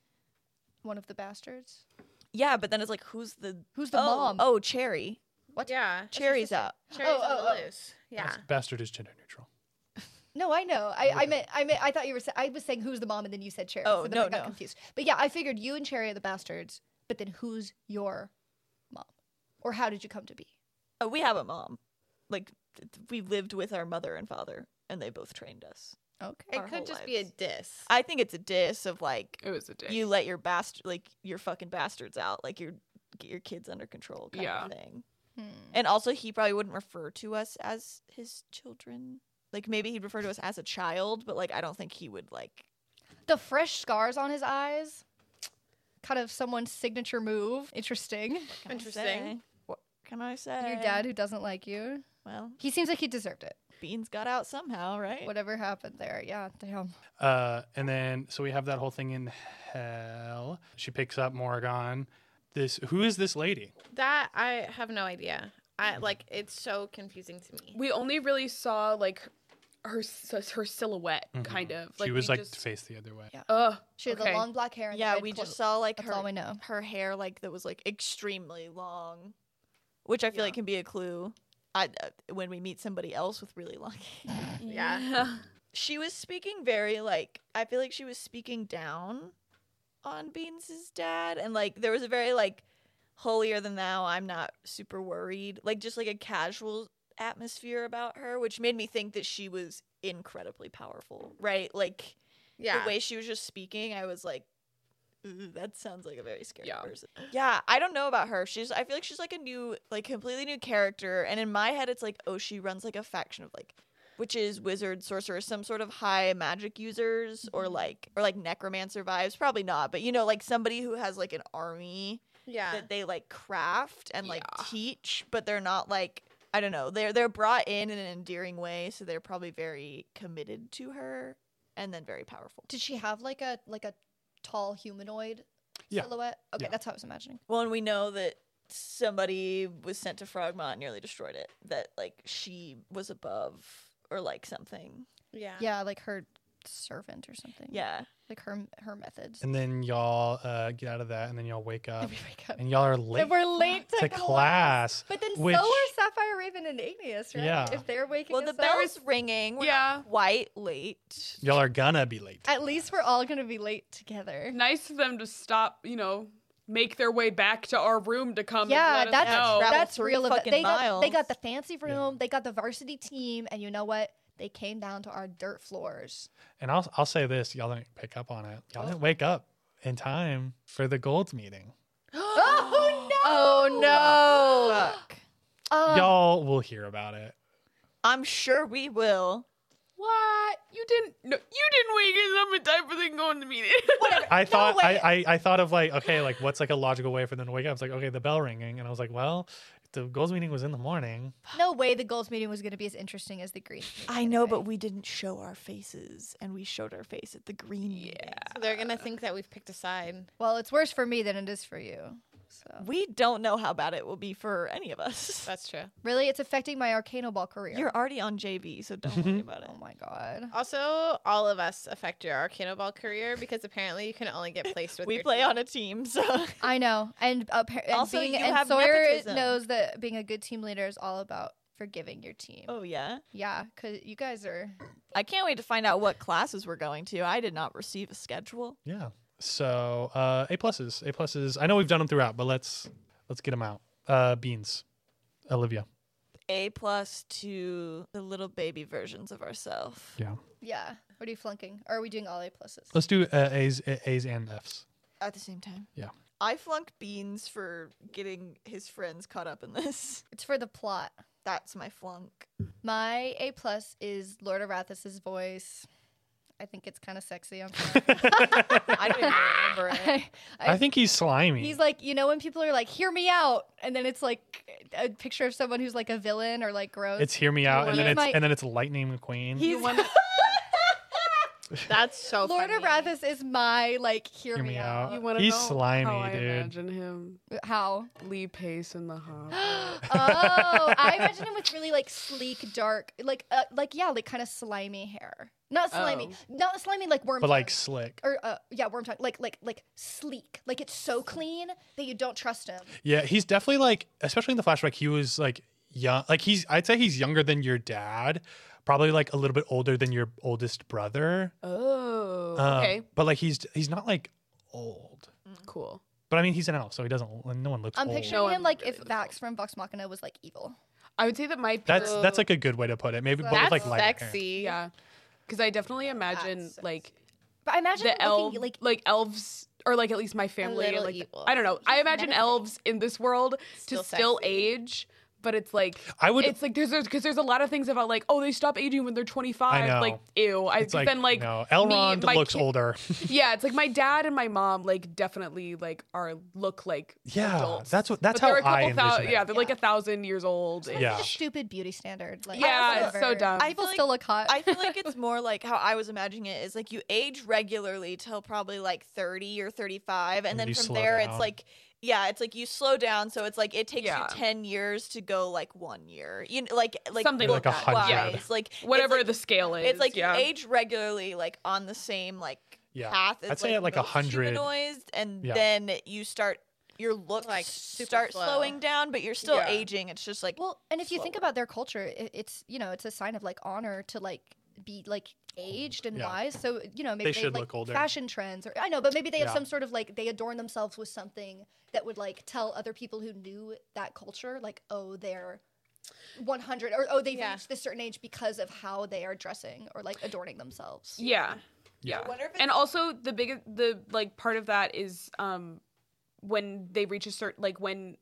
[SPEAKER 3] one of the bastards.
[SPEAKER 2] yeah but then it's like who's the
[SPEAKER 3] Who's the
[SPEAKER 2] oh,
[SPEAKER 3] mom?
[SPEAKER 2] oh cherry
[SPEAKER 4] Yeah.
[SPEAKER 2] cherry's
[SPEAKER 3] sister.
[SPEAKER 2] out
[SPEAKER 4] Cherry's on the
[SPEAKER 3] oh, oh.
[SPEAKER 4] loose. Yeah.
[SPEAKER 1] Bas- Bastard is gender neutral.
[SPEAKER 3] No, I know. I, I
[SPEAKER 1] Okay.
[SPEAKER 3] meant, I meant, I thought you were. Sa- I was saying who's the mom, and then you said Cherry.
[SPEAKER 2] Oh,
[SPEAKER 3] so then
[SPEAKER 2] no,
[SPEAKER 3] I got
[SPEAKER 2] no.
[SPEAKER 3] confused. But yeah, I figured you and Cherry are the bastards. But then who's your mom, or how did you come to be?
[SPEAKER 2] Uh, we have a mom. Like th- th- we lived with our mother and father, and they both trained us.
[SPEAKER 3] Okay.
[SPEAKER 2] our
[SPEAKER 4] It could
[SPEAKER 2] whole
[SPEAKER 4] just be a
[SPEAKER 2] lives.
[SPEAKER 4] diss.
[SPEAKER 2] I think it's a diss of like
[SPEAKER 5] it was a dick.
[SPEAKER 2] you let your bastard, like your fucking bastards out, like your get your kids under control kind
[SPEAKER 5] Yeah.
[SPEAKER 2] of thing.
[SPEAKER 3] Hmm.
[SPEAKER 2] And also, he probably wouldn't refer to us as his children. Like maybe he'd refer to us as a child, but like I don't think he would like.
[SPEAKER 3] The fresh scars on his eyes, kind of someone's signature move. Interesting.
[SPEAKER 2] Can I
[SPEAKER 4] Interesting.
[SPEAKER 2] say? What can I say?
[SPEAKER 3] Your dad who doesn't like you.
[SPEAKER 2] Well,
[SPEAKER 3] He seems like he deserved it.
[SPEAKER 2] beans got out somehow, right?
[SPEAKER 3] Whatever happened there. Yeah, damn.
[SPEAKER 1] Uh, and then so we have that whole thing in hell. She picks up Morgan. This who is this lady?
[SPEAKER 4] That I have no idea. I
[SPEAKER 2] Mm.
[SPEAKER 4] like it's so confusing to me.
[SPEAKER 5] we only really saw like her s- her silhouette
[SPEAKER 1] Mhm.
[SPEAKER 5] kind of. Like,
[SPEAKER 1] she was
[SPEAKER 5] we
[SPEAKER 1] like
[SPEAKER 5] just,
[SPEAKER 1] face the other way.
[SPEAKER 3] Yeah.
[SPEAKER 5] Ugh.
[SPEAKER 3] She had
[SPEAKER 5] Okay.
[SPEAKER 3] the long black hair. And the
[SPEAKER 2] Yeah,
[SPEAKER 3] red
[SPEAKER 2] we just
[SPEAKER 3] cloak.
[SPEAKER 2] saw like
[SPEAKER 3] That's
[SPEAKER 2] her
[SPEAKER 3] all we know.
[SPEAKER 2] her hair like that was like extremely long, which I feel
[SPEAKER 4] Yeah.
[SPEAKER 2] like can be a clue. I, uh, when we meet somebody else with really long, [LAUGHS] hair.
[SPEAKER 4] Yeah.
[SPEAKER 2] she was speaking very like I feel like she was speaking down on Beans's dad, and like there was a very like holier than thou. I'm not super worried, like just like a casual atmosphere about her, which made me think that she was incredibly powerful, right? Like
[SPEAKER 4] Yeah.
[SPEAKER 2] the way she was just speaking, I was like, "Ooh, that sounds like a very scary
[SPEAKER 5] Yeah.
[SPEAKER 2] person. Yeah, I don't know about her. She's I feel like she's like a new, like completely new character. And in my head, it's like, oh, she runs like a faction of like witches, wizards, sorcerers, some sort of high magic users, or like or like necromancer vibes. Probably not, but you know, like somebody who has like an army
[SPEAKER 4] yeah.
[SPEAKER 2] that they like craft and like
[SPEAKER 5] Yeah.
[SPEAKER 2] teach, but they're not like I don't know. They're they're brought in in an endearing way, so they're probably very committed to her and then very powerful.
[SPEAKER 3] Did she have like a like a tall humanoid
[SPEAKER 1] Yeah.
[SPEAKER 3] silhouette? Okay,
[SPEAKER 1] Yeah.
[SPEAKER 3] that's how I was imagining.
[SPEAKER 2] Well, and we know that somebody was sent to Frogmont and nearly destroyed it. That like she was above or like something.
[SPEAKER 4] yeah.
[SPEAKER 3] Yeah, like her servant or something.
[SPEAKER 2] Yeah.
[SPEAKER 3] like her her methods.
[SPEAKER 1] And then y'all uh, get out of that, and then y'all wake up,
[SPEAKER 3] And [LAUGHS] we wake up.
[SPEAKER 1] and y'all are late
[SPEAKER 3] And we're late to,
[SPEAKER 1] to class.
[SPEAKER 3] But then
[SPEAKER 1] which-
[SPEAKER 3] so are Sapphire, Raven, and Igneous, right?
[SPEAKER 1] Yeah.
[SPEAKER 3] If they're waking
[SPEAKER 2] Well,
[SPEAKER 3] us
[SPEAKER 2] the
[SPEAKER 3] up,
[SPEAKER 2] bell's ringing. We're
[SPEAKER 5] yeah.
[SPEAKER 2] quite late.
[SPEAKER 1] Y'all are gonna be late.
[SPEAKER 3] at least we're all gonna be late together.
[SPEAKER 5] [LAUGHS] Nice of them to stop. You know, make their way back to our room to come.
[SPEAKER 3] Yeah,
[SPEAKER 5] and let us
[SPEAKER 3] that's
[SPEAKER 5] know.
[SPEAKER 2] Travel
[SPEAKER 3] that's
[SPEAKER 2] three
[SPEAKER 3] real. eva-
[SPEAKER 2] fucking
[SPEAKER 3] They got,
[SPEAKER 2] miles.
[SPEAKER 3] they got the fancy room, they got the varsity team, and you know what? They came down to our dirt
[SPEAKER 2] [GASPS]
[SPEAKER 3] floors.
[SPEAKER 1] And I'll I'll say this: y'all didn't pick up on it. Y'all didn't wake up in time for the gold meeting.
[SPEAKER 3] oh no!
[SPEAKER 2] [GASPS] Oh no!
[SPEAKER 3] Uh,
[SPEAKER 1] y'all will hear about it.
[SPEAKER 2] I'm sure we will.
[SPEAKER 5] What? You didn't? No, you didn't wake us up in time for them going to meet it.
[SPEAKER 1] I thought I, I I thought of like okay, like what's like a logical way for them to wake up? I was like, okay, the bell ringing, and I was like, well, if the goals meeting was in the morning.
[SPEAKER 3] No way the goals meeting was going to be as interesting as the green.
[SPEAKER 2] I know, but we didn't show our faces, and we showed our face at the green. Yeah.
[SPEAKER 4] So they're gonna think that we've picked a side.
[SPEAKER 3] well, it's worse for me than it is for you. So
[SPEAKER 2] We don't know how bad it will be for any of us.
[SPEAKER 4] That's true.
[SPEAKER 3] really, it's affecting my Arcano Ball career.
[SPEAKER 2] You're already on JV, so don't worry about it.
[SPEAKER 3] oh my god.
[SPEAKER 4] Also, all of us affect your Arcano Ball career because apparently you can only get placed with.
[SPEAKER 2] We
[SPEAKER 4] your
[SPEAKER 2] play
[SPEAKER 4] team.
[SPEAKER 2] on a team, so [LAUGHS]
[SPEAKER 3] I know, and, appa- and
[SPEAKER 2] Also,
[SPEAKER 3] being
[SPEAKER 2] you
[SPEAKER 3] and
[SPEAKER 2] have
[SPEAKER 3] Sawyer
[SPEAKER 2] nepotism.
[SPEAKER 3] knows that being a good team leader is all about forgiving your team.
[SPEAKER 2] oh yeah.
[SPEAKER 3] Yeah, because you guys are.
[SPEAKER 2] I can't wait to find out what classes we're going to. I did not receive a schedule.
[SPEAKER 1] Yeah. So uh, A pluses, A pluses. I know we've done them throughout, but let's let's get them out. Uh, beans, Olivia.
[SPEAKER 2] A plus to the little baby versions of ourselves.
[SPEAKER 1] Yeah.
[SPEAKER 3] Yeah. What are you flunking? Or are we doing all A pluses?
[SPEAKER 1] Let's do uh, A's, A's and F's.
[SPEAKER 2] at the same time.
[SPEAKER 1] Yeah.
[SPEAKER 2] I flunked Beans for getting his friends caught up in this. [LAUGHS]
[SPEAKER 3] It's for the plot.
[SPEAKER 2] That's my flunk.
[SPEAKER 3] My A plus is Lord Arathis's voice. I think it's kind of sexy. I'm sorry.
[SPEAKER 1] I
[SPEAKER 2] I don't even remember it.
[SPEAKER 3] I, I-
[SPEAKER 1] I think he's slimy.
[SPEAKER 3] he's like, you know, when people are like, "Hear me out," and then it's like a picture of someone who's like a villain or like gross.
[SPEAKER 1] it's hear me out, and then
[SPEAKER 3] He's
[SPEAKER 1] it's
[SPEAKER 3] my-
[SPEAKER 1] and then it's Lightning McQueen.
[SPEAKER 5] [LAUGHS] You wanna-
[SPEAKER 4] That's so
[SPEAKER 3] Lord
[SPEAKER 4] funny.
[SPEAKER 3] Arathis is my like, hear, me, out.
[SPEAKER 5] you wanna
[SPEAKER 1] He's
[SPEAKER 5] know
[SPEAKER 1] slimy,
[SPEAKER 5] how I
[SPEAKER 1] dude.
[SPEAKER 5] imagine him.
[SPEAKER 3] How?
[SPEAKER 5] Lee Pace in the
[SPEAKER 3] oh,
[SPEAKER 5] Hobbit.
[SPEAKER 3] I imagine him with really like sleek, dark, like, uh, like yeah, like kind of slimy hair. Not slimy, not slimy like worm.
[SPEAKER 1] but like
[SPEAKER 3] tongue.
[SPEAKER 1] slick.
[SPEAKER 3] or uh, yeah, worm tongue. Like, like, like sleek. Like it's so clean that you don't trust him.
[SPEAKER 1] Yeah, he's definitely like, especially in the flashback, he was like young. Like he's, I'd say he's younger than your dad, probably like a little bit older than your oldest brother.
[SPEAKER 5] [GASPS] Oh,
[SPEAKER 1] Um,
[SPEAKER 5] okay,
[SPEAKER 1] but like he's he's not like old.
[SPEAKER 5] cool.
[SPEAKER 1] But I mean, he's an elf, so he doesn't. No one looks
[SPEAKER 3] I'm
[SPEAKER 2] Oh.
[SPEAKER 1] old.
[SPEAKER 3] picturing
[SPEAKER 5] No,
[SPEAKER 3] him
[SPEAKER 5] I'm
[SPEAKER 3] like
[SPEAKER 5] really
[SPEAKER 3] if
[SPEAKER 5] cool.
[SPEAKER 3] Vax from Vox Machina was like evil.
[SPEAKER 5] I would say that my
[SPEAKER 1] that's
[SPEAKER 5] pick-
[SPEAKER 1] that's like a good way to put it. Maybe, but
[SPEAKER 4] That's
[SPEAKER 1] with like light hair.
[SPEAKER 4] sexy.
[SPEAKER 5] yeah, because I definitely imagine
[SPEAKER 4] That's
[SPEAKER 5] like
[SPEAKER 3] But I imagine
[SPEAKER 5] the
[SPEAKER 3] him
[SPEAKER 5] elf,
[SPEAKER 3] looking
[SPEAKER 5] like,
[SPEAKER 3] like
[SPEAKER 5] elves, or like at least my family, and,
[SPEAKER 4] little
[SPEAKER 5] like
[SPEAKER 4] evil.
[SPEAKER 5] I don't know. I imagine
[SPEAKER 3] menacing.
[SPEAKER 5] elves in this world
[SPEAKER 4] Still
[SPEAKER 5] to still
[SPEAKER 4] sexy.
[SPEAKER 5] age, but it's like
[SPEAKER 1] I would.
[SPEAKER 5] it's like there's because there's, a lot of things about like oh they stop aging when they're 25.
[SPEAKER 1] I know.
[SPEAKER 5] Like ew. I've
[SPEAKER 1] it's like,
[SPEAKER 5] been like
[SPEAKER 1] no,
[SPEAKER 5] me-
[SPEAKER 1] Elrond
[SPEAKER 5] my
[SPEAKER 1] looks
[SPEAKER 5] ki- [LAUGHS]
[SPEAKER 1] older.
[SPEAKER 5] yeah, it's like my dad and my mom like definitely like are look like
[SPEAKER 1] yeah,
[SPEAKER 5] adults.
[SPEAKER 1] that's what. That's
[SPEAKER 5] but
[SPEAKER 1] how
[SPEAKER 5] they're a
[SPEAKER 1] I
[SPEAKER 5] couple
[SPEAKER 1] envision
[SPEAKER 5] thou-
[SPEAKER 1] it.
[SPEAKER 5] Yeah, they're like
[SPEAKER 3] Yeah.
[SPEAKER 5] a thousand years old.
[SPEAKER 1] Yeah.
[SPEAKER 3] a stupid beauty standard. Like
[SPEAKER 5] Yeah, it's
[SPEAKER 3] whatever.
[SPEAKER 5] so dumb.
[SPEAKER 2] I feel
[SPEAKER 3] People
[SPEAKER 2] like-
[SPEAKER 3] still look hot.
[SPEAKER 2] I feel like it's more like how I was imagining it is like you age regularly till probably like 30 or 35 and,
[SPEAKER 1] And
[SPEAKER 2] then
[SPEAKER 1] you
[SPEAKER 2] from
[SPEAKER 1] slow
[SPEAKER 2] there it's
[SPEAKER 1] down.
[SPEAKER 2] like yeah, it's like you slow down so it's like it takes
[SPEAKER 5] Yeah.
[SPEAKER 2] you 10 years to go like 1 year. You know, like like
[SPEAKER 5] Something
[SPEAKER 1] Like like a that. hundred.
[SPEAKER 2] wise, like it's
[SPEAKER 5] Whatever
[SPEAKER 2] like-
[SPEAKER 5] the scale is.
[SPEAKER 2] It's like
[SPEAKER 5] yeah.
[SPEAKER 2] you age regularly like on the same like
[SPEAKER 1] Yeah.
[SPEAKER 2] path as
[SPEAKER 1] I'd say at, like, a
[SPEAKER 2] most
[SPEAKER 1] hundred.
[SPEAKER 2] humanoids, and
[SPEAKER 1] Yeah.
[SPEAKER 2] then you start your looks
[SPEAKER 4] Like,
[SPEAKER 2] like
[SPEAKER 4] super
[SPEAKER 2] start
[SPEAKER 4] slow.
[SPEAKER 2] slowing down but you're still
[SPEAKER 4] Yeah.
[SPEAKER 2] aging. It's just like
[SPEAKER 3] well, and if you think
[SPEAKER 2] slower.
[SPEAKER 3] about their culture, it, it's you know it's a sign of like honor to like be like aged and
[SPEAKER 1] Yeah.
[SPEAKER 3] wise. So you know maybe
[SPEAKER 1] They should
[SPEAKER 3] like,
[SPEAKER 1] look older.
[SPEAKER 3] Fashion trends, or I know, but maybe they have
[SPEAKER 1] Yeah.
[SPEAKER 3] some sort of like they adorn themselves with something that would like tell other people who knew that culture like oh they're. 100 or oh they've
[SPEAKER 4] Yeah.
[SPEAKER 3] reached this certain age because of how they are dressing or like adorning themselves
[SPEAKER 5] Yeah.
[SPEAKER 1] Yeah.
[SPEAKER 5] Yeah.
[SPEAKER 2] wonder if it's
[SPEAKER 5] And also the big the like part of that is um when they reach a certain like when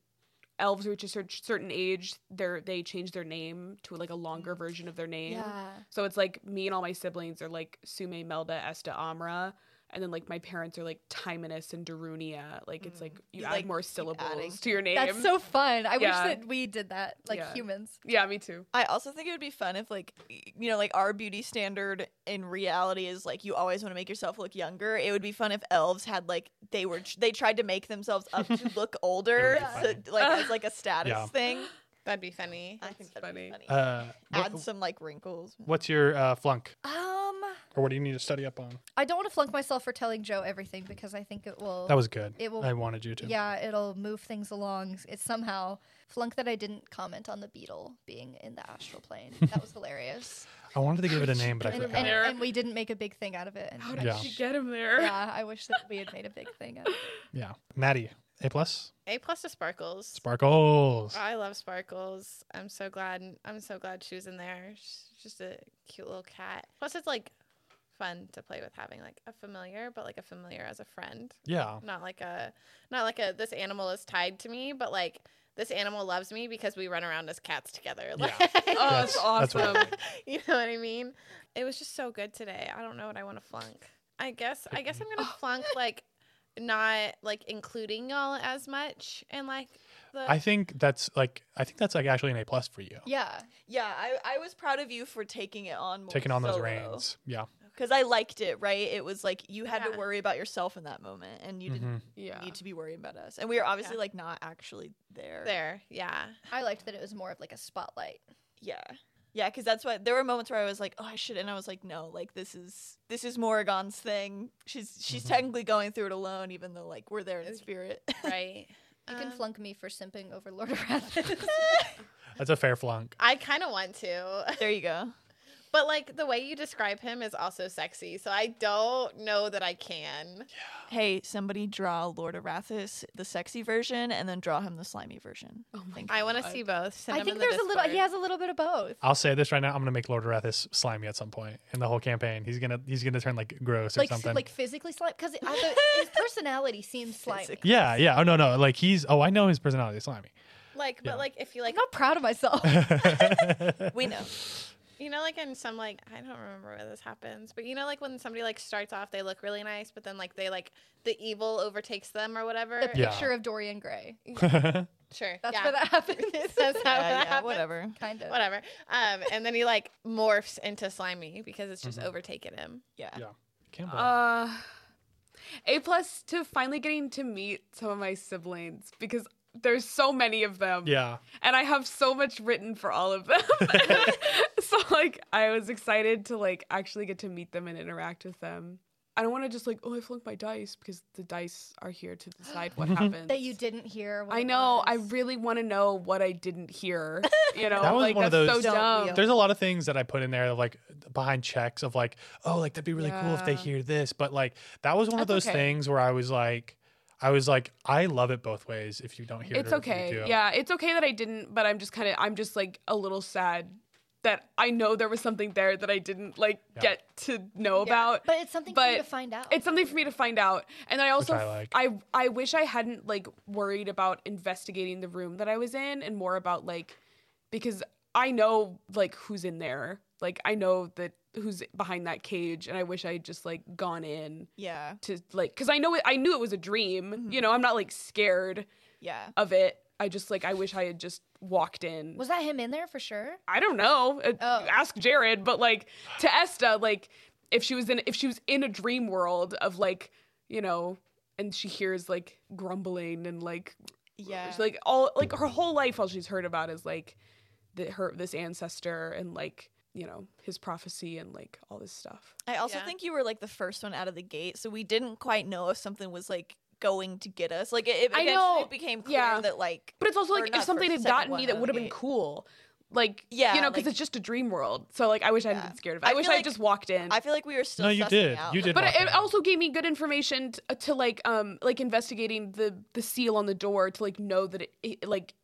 [SPEAKER 5] elves reach a cer- certain age, they're they change their name to like a
[SPEAKER 2] Mm.
[SPEAKER 5] longer version of their name. So it's like me and all my siblings are like Sume, Melba, Esta, Amra, and then like my parents are like Timanus and Darunia. Like it's like you,
[SPEAKER 2] You,
[SPEAKER 5] add
[SPEAKER 2] like,
[SPEAKER 5] more
[SPEAKER 2] keep adding.
[SPEAKER 5] syllables to your name.
[SPEAKER 3] that's so fun i
[SPEAKER 5] Yeah.
[SPEAKER 3] wish that we did that like
[SPEAKER 5] Yeah.
[SPEAKER 3] humans
[SPEAKER 5] yeah, me too.
[SPEAKER 2] I also think it would be fun if, like, y- you know, like our beauty standard in reality is like you always want to make yourself look younger. It would be fun if elves had like they were they tried to make themselves up to look older,
[SPEAKER 1] That
[SPEAKER 2] so,
[SPEAKER 1] would
[SPEAKER 2] like as like a status
[SPEAKER 1] Yeah.
[SPEAKER 2] thing.
[SPEAKER 4] That'd be funny.
[SPEAKER 2] I think that'd be funny.
[SPEAKER 1] Uh,
[SPEAKER 2] Add
[SPEAKER 1] what-
[SPEAKER 2] some like wrinkles.
[SPEAKER 1] what's your uh, flunk,
[SPEAKER 3] um
[SPEAKER 1] or what do you need to study up on?
[SPEAKER 3] I don't want to flunk myself for telling Joe everything because I think it will.
[SPEAKER 1] That was good.
[SPEAKER 3] It will-
[SPEAKER 1] I wanted you to.
[SPEAKER 3] yeah, it'll move things along. It's somehow flunk that I didn't comment on the beetle being in the astral
[SPEAKER 1] [LAUGHS]
[SPEAKER 3] plane. That was hilarious.
[SPEAKER 1] I wanted to give it a name, but I
[SPEAKER 3] and,
[SPEAKER 1] forgot.
[SPEAKER 3] and,
[SPEAKER 5] it.
[SPEAKER 3] and we didn't make a big thing out of it. And
[SPEAKER 5] How
[SPEAKER 1] did
[SPEAKER 5] did
[SPEAKER 1] Yeah.
[SPEAKER 5] she
[SPEAKER 1] she
[SPEAKER 5] get him there?
[SPEAKER 3] [LAUGHS]
[SPEAKER 5] [LAUGHS]
[SPEAKER 3] yeah, I wish that we had made a big thing out of it.
[SPEAKER 1] yeah, Maddie, A plus,
[SPEAKER 4] A plus to sparkles.
[SPEAKER 1] sparkles.
[SPEAKER 4] I love Sparkles. I'm so glad. I'm so glad she was in there. She's just a cute little cat. Plus, it's like fun to play with having like a familiar, but like a familiar as a friend.
[SPEAKER 1] yeah,
[SPEAKER 4] Not like a, not like a. This animal is tied to me, but like this animal loves me because we run around as cats together.
[SPEAKER 1] Yeah.
[SPEAKER 4] [LAUGHS] Like-
[SPEAKER 5] Oh, that's,
[SPEAKER 1] that's what I
[SPEAKER 5] awesome.
[SPEAKER 1] meant.
[SPEAKER 4] you know what I mean? It was just so good today. I don't know what I want to flunk. I guess I guess I'm
[SPEAKER 1] [LAUGHS]
[SPEAKER 4] gonna flunk like not like including y'all as much and like the
[SPEAKER 1] I think that's like I think that's like actually an A plus for you,
[SPEAKER 3] Yeah,
[SPEAKER 2] Yeah, I, I was proud of you for taking it on. More
[SPEAKER 1] taking on those reins. Yeah,
[SPEAKER 2] because I liked it. Right, it was like you had
[SPEAKER 4] Yeah.
[SPEAKER 2] to worry about yourself in that moment, and you didn't
[SPEAKER 1] Mhm.
[SPEAKER 5] Yeah.
[SPEAKER 2] need to be worrying about us. And we were obviously
[SPEAKER 4] Yeah.
[SPEAKER 2] like not actually there.
[SPEAKER 4] there. Yeah.
[SPEAKER 3] I liked that it was more of like a spotlight.
[SPEAKER 2] Yeah. Yeah, because that's why there were moments where I was like, "Oh, I should," and I was like, "No, like this is this is Morrigan's thing. She's she's
[SPEAKER 1] Mhm.
[SPEAKER 2] technically going through it alone, even though like we're there in
[SPEAKER 4] Okay.
[SPEAKER 2] spirit." [LAUGHS]
[SPEAKER 4] Right.
[SPEAKER 3] [LAUGHS] You can
[SPEAKER 4] Um,
[SPEAKER 3] flunk me for simping over [LAUGHS] Lord Arathis.
[SPEAKER 1] that's a fair flunk.
[SPEAKER 4] I kind of want to. [LAUGHS]
[SPEAKER 2] there you go.
[SPEAKER 4] But like the way you describe him is also sexy, so I don't know that I can.
[SPEAKER 2] Hey, somebody draw Lord Arathis the sexy version, and then draw him the slimy version.
[SPEAKER 5] Oh my
[SPEAKER 2] Thank you.
[SPEAKER 4] I want to
[SPEAKER 5] God.
[SPEAKER 4] see both. Send
[SPEAKER 3] I
[SPEAKER 4] them
[SPEAKER 3] think
[SPEAKER 4] in the
[SPEAKER 3] there's a little. He
[SPEAKER 4] Discord.
[SPEAKER 3] has a little bit of both.
[SPEAKER 1] I'll say this right now. I'm gonna make Lord Arathis slimy at some point in the whole campaign. He's gonna he's gonna turn like gross or
[SPEAKER 3] Like, s-
[SPEAKER 1] something.
[SPEAKER 3] like physically slimy because
[SPEAKER 1] [LAUGHS]
[SPEAKER 3] his personality seems slimy.
[SPEAKER 2] Physically.
[SPEAKER 1] yeah, yeah. Oh no, no. Like he's oh I know his personality is slimy.
[SPEAKER 4] like,
[SPEAKER 1] Yeah.
[SPEAKER 4] but like if you
[SPEAKER 3] Like,
[SPEAKER 4] like,
[SPEAKER 3] I'm not proud of
[SPEAKER 1] [LAUGHS]
[SPEAKER 3] myself.
[SPEAKER 2] We know.
[SPEAKER 4] you know, like in some like I don't remember where this happens, but you know, like when somebody like starts off, they look really nice, but then like they like the evil overtakes them or whatever.
[SPEAKER 3] the
[SPEAKER 1] Yeah.
[SPEAKER 3] picture of Dorian Gray.
[SPEAKER 4] Sure,
[SPEAKER 3] That's
[SPEAKER 4] yeah.
[SPEAKER 3] where that [LAUGHS] happened.
[SPEAKER 4] [LAUGHS] That's
[SPEAKER 2] [LAUGHS]
[SPEAKER 4] how
[SPEAKER 2] Yeah,
[SPEAKER 4] that
[SPEAKER 2] yeah,
[SPEAKER 4] happens.
[SPEAKER 2] whatever.
[SPEAKER 3] kind of.
[SPEAKER 4] Whatever. Um, and then he like morphs into slimy because it's just
[SPEAKER 1] Mhm.
[SPEAKER 4] overtaken him.
[SPEAKER 2] Yeah.
[SPEAKER 1] Yeah. [LAUGHS] Campbell.
[SPEAKER 5] Uh, a plus to finally getting to meet some of my siblings because there's so many of them.
[SPEAKER 1] yeah.
[SPEAKER 5] and I have so much written for all of them. [LAUGHS] so like I was excited to like actually get to meet them and interact with them. I don't want to just like oh I flunked my dice because the dice are here to decide what
[SPEAKER 3] [LAUGHS]
[SPEAKER 5] happens.
[SPEAKER 3] That you didn't hear. what
[SPEAKER 5] I
[SPEAKER 3] it
[SPEAKER 5] know. I
[SPEAKER 3] was.
[SPEAKER 5] really want to know what I didn't hear.
[SPEAKER 1] [LAUGHS]
[SPEAKER 5] You know,
[SPEAKER 1] That was
[SPEAKER 5] like
[SPEAKER 1] one of
[SPEAKER 5] that's
[SPEAKER 1] those-
[SPEAKER 5] so
[SPEAKER 2] Don't
[SPEAKER 5] dumb.
[SPEAKER 2] we all-
[SPEAKER 1] There's a lot of things that I put in there like behind checks of like, oh, like that'd be really cool if they
[SPEAKER 5] Yeah.
[SPEAKER 1] hear this. But like that was one of
[SPEAKER 5] That's
[SPEAKER 1] those
[SPEAKER 5] okay.
[SPEAKER 1] things where I was like I was like, I love it both ways if you don't hear
[SPEAKER 5] It's
[SPEAKER 1] it. or if you
[SPEAKER 5] okay.
[SPEAKER 1] do.
[SPEAKER 5] Yeah, it's okay that I didn't, but I'm just kind of I'm just like a little sad that I know there was something there that I didn't like
[SPEAKER 1] Yeah.
[SPEAKER 5] get to know
[SPEAKER 4] Yeah.
[SPEAKER 5] about.
[SPEAKER 3] But it's something for you
[SPEAKER 5] but
[SPEAKER 3] to find out.
[SPEAKER 5] it's something for me to find out and i also
[SPEAKER 1] I like.
[SPEAKER 5] I, I wish i hadn't like worried about investigating the room that i was in and more about like because i know like who's in there like i know that who's behind that cage and i wish i had just like gone in
[SPEAKER 2] Yeah.
[SPEAKER 5] to like because i know it i knew it was a dream you know i'm not like scared
[SPEAKER 2] Yeah.
[SPEAKER 5] of it i just like i wish i had just walked in
[SPEAKER 3] was that him in there for sure?
[SPEAKER 5] I don't know. Uh,
[SPEAKER 3] Oh.
[SPEAKER 5] Ask Jared, but like to Esta, like if she was in if she was in a dream world of like, you know, and she hears like grumbling and like
[SPEAKER 2] Yeah.
[SPEAKER 5] she's, like all like her whole life all she's heard about is like the her this ancestor and like, you know, his prophecy and like all this stuff.
[SPEAKER 2] I also
[SPEAKER 4] Yeah.
[SPEAKER 2] think you were like the first one out of the gate, so we didn't quite know if something was like going to get us. Like it, it
[SPEAKER 5] I
[SPEAKER 2] eventually
[SPEAKER 5] know,
[SPEAKER 2] became clear
[SPEAKER 5] yeah.
[SPEAKER 2] that like
[SPEAKER 5] But it's also
[SPEAKER 2] Or
[SPEAKER 5] like
[SPEAKER 2] not
[SPEAKER 5] if something
[SPEAKER 2] first,
[SPEAKER 5] had
[SPEAKER 2] second
[SPEAKER 5] gotten
[SPEAKER 2] one
[SPEAKER 5] me
[SPEAKER 2] out
[SPEAKER 5] that
[SPEAKER 2] of
[SPEAKER 5] would have
[SPEAKER 2] the
[SPEAKER 5] been
[SPEAKER 2] gate.
[SPEAKER 5] cool. Like
[SPEAKER 2] Yeah,
[SPEAKER 5] you know, because
[SPEAKER 2] like-
[SPEAKER 5] it's just a dream world. So like I wish I hadn't
[SPEAKER 2] Yeah.
[SPEAKER 5] been scared of it.
[SPEAKER 2] I
[SPEAKER 5] I, wish
[SPEAKER 2] feel
[SPEAKER 5] I
[SPEAKER 2] like-
[SPEAKER 5] had just walked in.
[SPEAKER 2] I feel like we were still.
[SPEAKER 1] No, you
[SPEAKER 2] sussing
[SPEAKER 1] did.
[SPEAKER 2] Out.
[SPEAKER 1] You did.
[SPEAKER 5] but
[SPEAKER 1] walk
[SPEAKER 5] it
[SPEAKER 1] in.
[SPEAKER 5] also gave me good information to, to like um like investigating the the seal on the door to like know that it, it like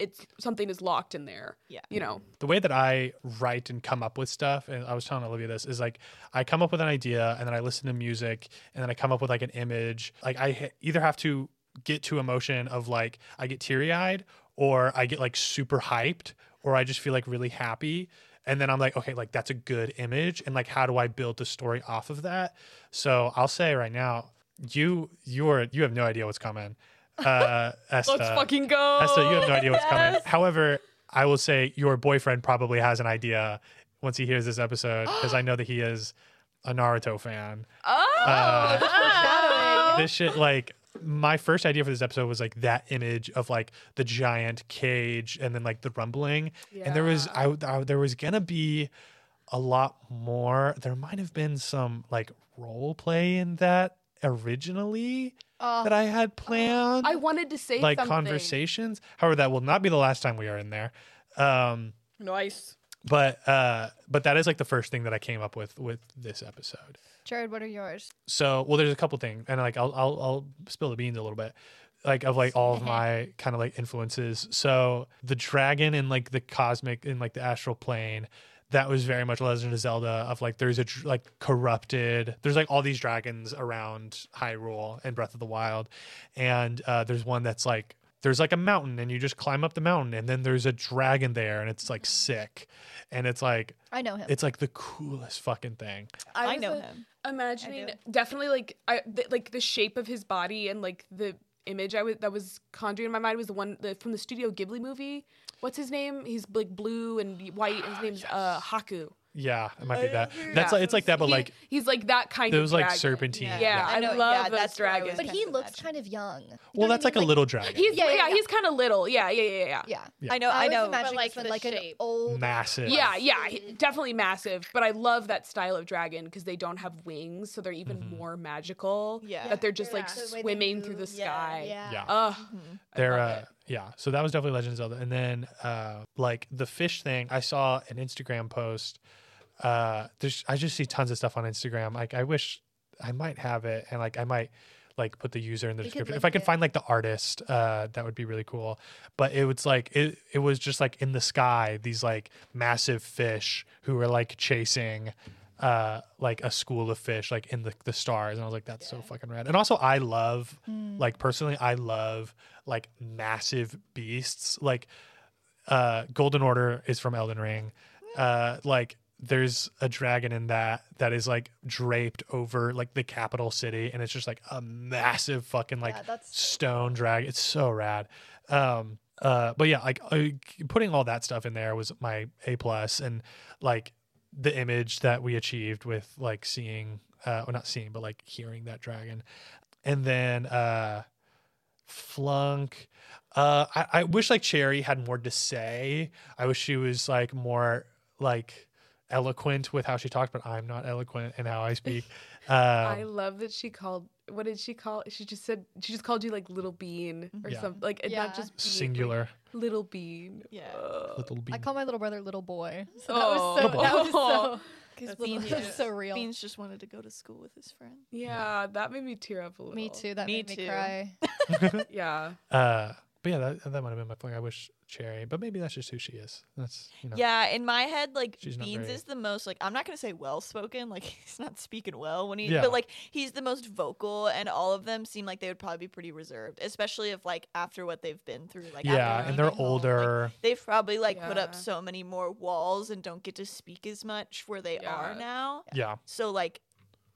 [SPEAKER 5] it's something is locked in there
[SPEAKER 2] Yeah.
[SPEAKER 5] you know
[SPEAKER 1] the way that I write and come up with stuff, and I was telling Olivia this, is like I come up with an idea and then I listen to music and then I come up with like an image. Like I ha- either have to get to emotion of like I get teary eyed or I get like super hyped or I just feel like really happy. And then I'm like, okay, like that's a good image. And like, how do I build the story off of that? So I'll say right now, you you're you have no idea what's coming. Uh, Esta,
[SPEAKER 5] [LAUGHS] let's fucking go
[SPEAKER 1] Esther, you
[SPEAKER 5] [LAUGHS]
[SPEAKER 1] have no idea what's coming.
[SPEAKER 2] Yes.
[SPEAKER 1] However, I will say your boyfriend probably has an idea once he hears this episode because I know that he is a Naruto fan.
[SPEAKER 5] oh
[SPEAKER 1] Uh,
[SPEAKER 3] Ah!
[SPEAKER 4] Oh.
[SPEAKER 1] this shit, like, my first idea for this episode was like that image of like the giant cage and then like the rumbling. And there was, I, I, there was gonna be a lot more. There might have been some like role play in that originally
[SPEAKER 3] Oh,
[SPEAKER 1] that I had planned
[SPEAKER 5] i wanted to say
[SPEAKER 1] like
[SPEAKER 5] something.
[SPEAKER 1] conversations. However, that will not be the last time we are in there. Um,
[SPEAKER 5] nice
[SPEAKER 1] but uh, but that is like the first thing that I came up with with this episode.
[SPEAKER 3] Jared, what are yours?
[SPEAKER 1] So well, there's a couple things, and like I'll I'll, I'll spill the beans a little bit, like of like all of my kind of like influences. So the dragon and like the cosmic and like the astral plane. That was very much Legend of Zelda of like there's a dr- like corrupted there's like all these dragons around Hyrule and Breath of the Wild, and uh, there's one that's like there's like a mountain and you just climb up the mountain and then there's a dragon there and it's like sick, and it's like
[SPEAKER 3] I know him.
[SPEAKER 1] it's like the coolest fucking thing.
[SPEAKER 5] I
[SPEAKER 2] I
[SPEAKER 5] was
[SPEAKER 2] know
[SPEAKER 5] a-
[SPEAKER 2] him.
[SPEAKER 5] imagining
[SPEAKER 3] I
[SPEAKER 5] definitely like i th- like the shape of his body and like the image i was that was conjuring in my mind was the one the, from the studio ghibli movie what's his name he's like blue and white and his name's
[SPEAKER 2] Ah,
[SPEAKER 5] uh haku
[SPEAKER 1] Yeah, it might be that.
[SPEAKER 2] agree.
[SPEAKER 1] That's
[SPEAKER 5] Oh, Yeah.
[SPEAKER 1] like it's like that, but
[SPEAKER 5] He-
[SPEAKER 1] like
[SPEAKER 5] he's like that kind
[SPEAKER 1] those
[SPEAKER 5] of
[SPEAKER 1] like
[SPEAKER 5] dragon.
[SPEAKER 1] serpentine.
[SPEAKER 2] Yeah.
[SPEAKER 5] Yeah,
[SPEAKER 2] I
[SPEAKER 5] I,
[SPEAKER 2] know, yeah,
[SPEAKER 5] love
[SPEAKER 2] that's
[SPEAKER 5] those
[SPEAKER 2] where I
[SPEAKER 5] dragons.
[SPEAKER 2] was
[SPEAKER 3] but he
[SPEAKER 2] Kind of
[SPEAKER 3] looks
[SPEAKER 2] match.
[SPEAKER 3] kind of young. You
[SPEAKER 1] Well,
[SPEAKER 3] know what I
[SPEAKER 1] that's like a
[SPEAKER 3] mean?
[SPEAKER 1] little dragon.
[SPEAKER 5] He's
[SPEAKER 3] Yeah,
[SPEAKER 5] yeah,
[SPEAKER 3] yeah, yeah.
[SPEAKER 5] he's kind of little. Yeah, yeah, yeah, yeah.
[SPEAKER 3] Yeah.
[SPEAKER 1] Yeah.
[SPEAKER 2] I know. I
[SPEAKER 3] I
[SPEAKER 2] know.
[SPEAKER 3] was
[SPEAKER 4] But,
[SPEAKER 3] imagining
[SPEAKER 4] like,
[SPEAKER 3] this one
[SPEAKER 4] the
[SPEAKER 3] like an
[SPEAKER 4] shape.
[SPEAKER 3] old.
[SPEAKER 1] massive.
[SPEAKER 5] Yeah, yeah, he- definitely massive. But I love that style of dragon because they don't have wings, so they're even
[SPEAKER 1] Mhm.
[SPEAKER 5] more magical.
[SPEAKER 2] Yeah.
[SPEAKER 5] that they're just like
[SPEAKER 4] Yeah.
[SPEAKER 3] The way they
[SPEAKER 5] swimming through the
[SPEAKER 3] move.
[SPEAKER 2] Yeah,
[SPEAKER 5] sky.
[SPEAKER 3] Yeah.
[SPEAKER 1] Yeah.
[SPEAKER 5] Ugh,
[SPEAKER 2] Mhm.
[SPEAKER 5] I
[SPEAKER 1] They're
[SPEAKER 5] love
[SPEAKER 1] uh,
[SPEAKER 5] it.
[SPEAKER 1] yeah. So that was definitely Legend of Zelda. And then uh like the fish thing, I saw an Instagram post uh there's i just see tons of stuff on instagram like i wish i might have it and like i might like put the user in the
[SPEAKER 3] We could
[SPEAKER 1] description if
[SPEAKER 3] link
[SPEAKER 1] i could
[SPEAKER 3] it.
[SPEAKER 1] find like the artist uh that would be really cool but it was like it it was just like in the sky these like massive fish who were like chasing uh like a school of fish like in the, the stars and i was like that's so fucking rad and also i love
[SPEAKER 3] Hmm.
[SPEAKER 1] like personally i love like massive beasts like uh golden order is from elden ring uh like there's a dragon in that that is like draped over like the capital city and it's just like a massive fucking like
[SPEAKER 3] yeah, that's
[SPEAKER 1] stone drag it's so rad um uh but yeah like I, putting all that stuff in there was my a plus and like the image that we achieved with like seeing uh or not seeing but like hearing that dragon and then uh flunk uh I, I wish like cherry had more to say i wish she was like more like eloquent with how she talked but i'm not eloquent in how i
[SPEAKER 3] [LAUGHS]
[SPEAKER 1] speak um,
[SPEAKER 5] I love that she called. What did she call? She just said she just called you like little bean or
[SPEAKER 1] Yeah.
[SPEAKER 5] something. Like
[SPEAKER 3] Yeah.
[SPEAKER 5] not just bean,
[SPEAKER 1] singular
[SPEAKER 5] like, little bean.
[SPEAKER 2] Yeah.
[SPEAKER 5] Ugh.
[SPEAKER 1] little bee
[SPEAKER 3] I call my little brother little
[SPEAKER 5] [LAUGHS]
[SPEAKER 3] boy. So
[SPEAKER 5] Oh.
[SPEAKER 3] that was so
[SPEAKER 1] Little
[SPEAKER 3] that was
[SPEAKER 5] boy.
[SPEAKER 3] [LAUGHS] so,
[SPEAKER 2] Because
[SPEAKER 4] That's Bean
[SPEAKER 2] Beans,
[SPEAKER 4] is-
[SPEAKER 3] that's
[SPEAKER 2] just-
[SPEAKER 3] so real.
[SPEAKER 2] Beans just wanted to go to school with his friend.
[SPEAKER 5] Yeah, that made me tear up a little.
[SPEAKER 3] Me too. That
[SPEAKER 2] Me
[SPEAKER 3] made me
[SPEAKER 2] too.
[SPEAKER 3] cry.
[SPEAKER 1] [LAUGHS]
[SPEAKER 5] Yeah.
[SPEAKER 1] Uh, but yeah, that, that might have been my fling. I wish Cherry, but maybe that's just who she is. That's you know.
[SPEAKER 2] Yeah, in my head, like
[SPEAKER 1] She's not
[SPEAKER 2] Beans
[SPEAKER 1] very-
[SPEAKER 2] is the most like I'm not gonna say well spoken, like [LAUGHS] he's not speaking well when he,
[SPEAKER 1] Yeah.
[SPEAKER 2] but like he's the most vocal, and all of them seem like they would probably be pretty reserved, especially if like after what they've been through, like after
[SPEAKER 1] yeah, and
[SPEAKER 2] leaving
[SPEAKER 1] they're
[SPEAKER 2] home, like,
[SPEAKER 1] older.
[SPEAKER 2] they've probably like put up
[SPEAKER 5] Yeah.
[SPEAKER 2] so many more walls and don't get to speak as much where they are
[SPEAKER 5] Yeah.
[SPEAKER 2] now.
[SPEAKER 1] yeah,
[SPEAKER 2] So like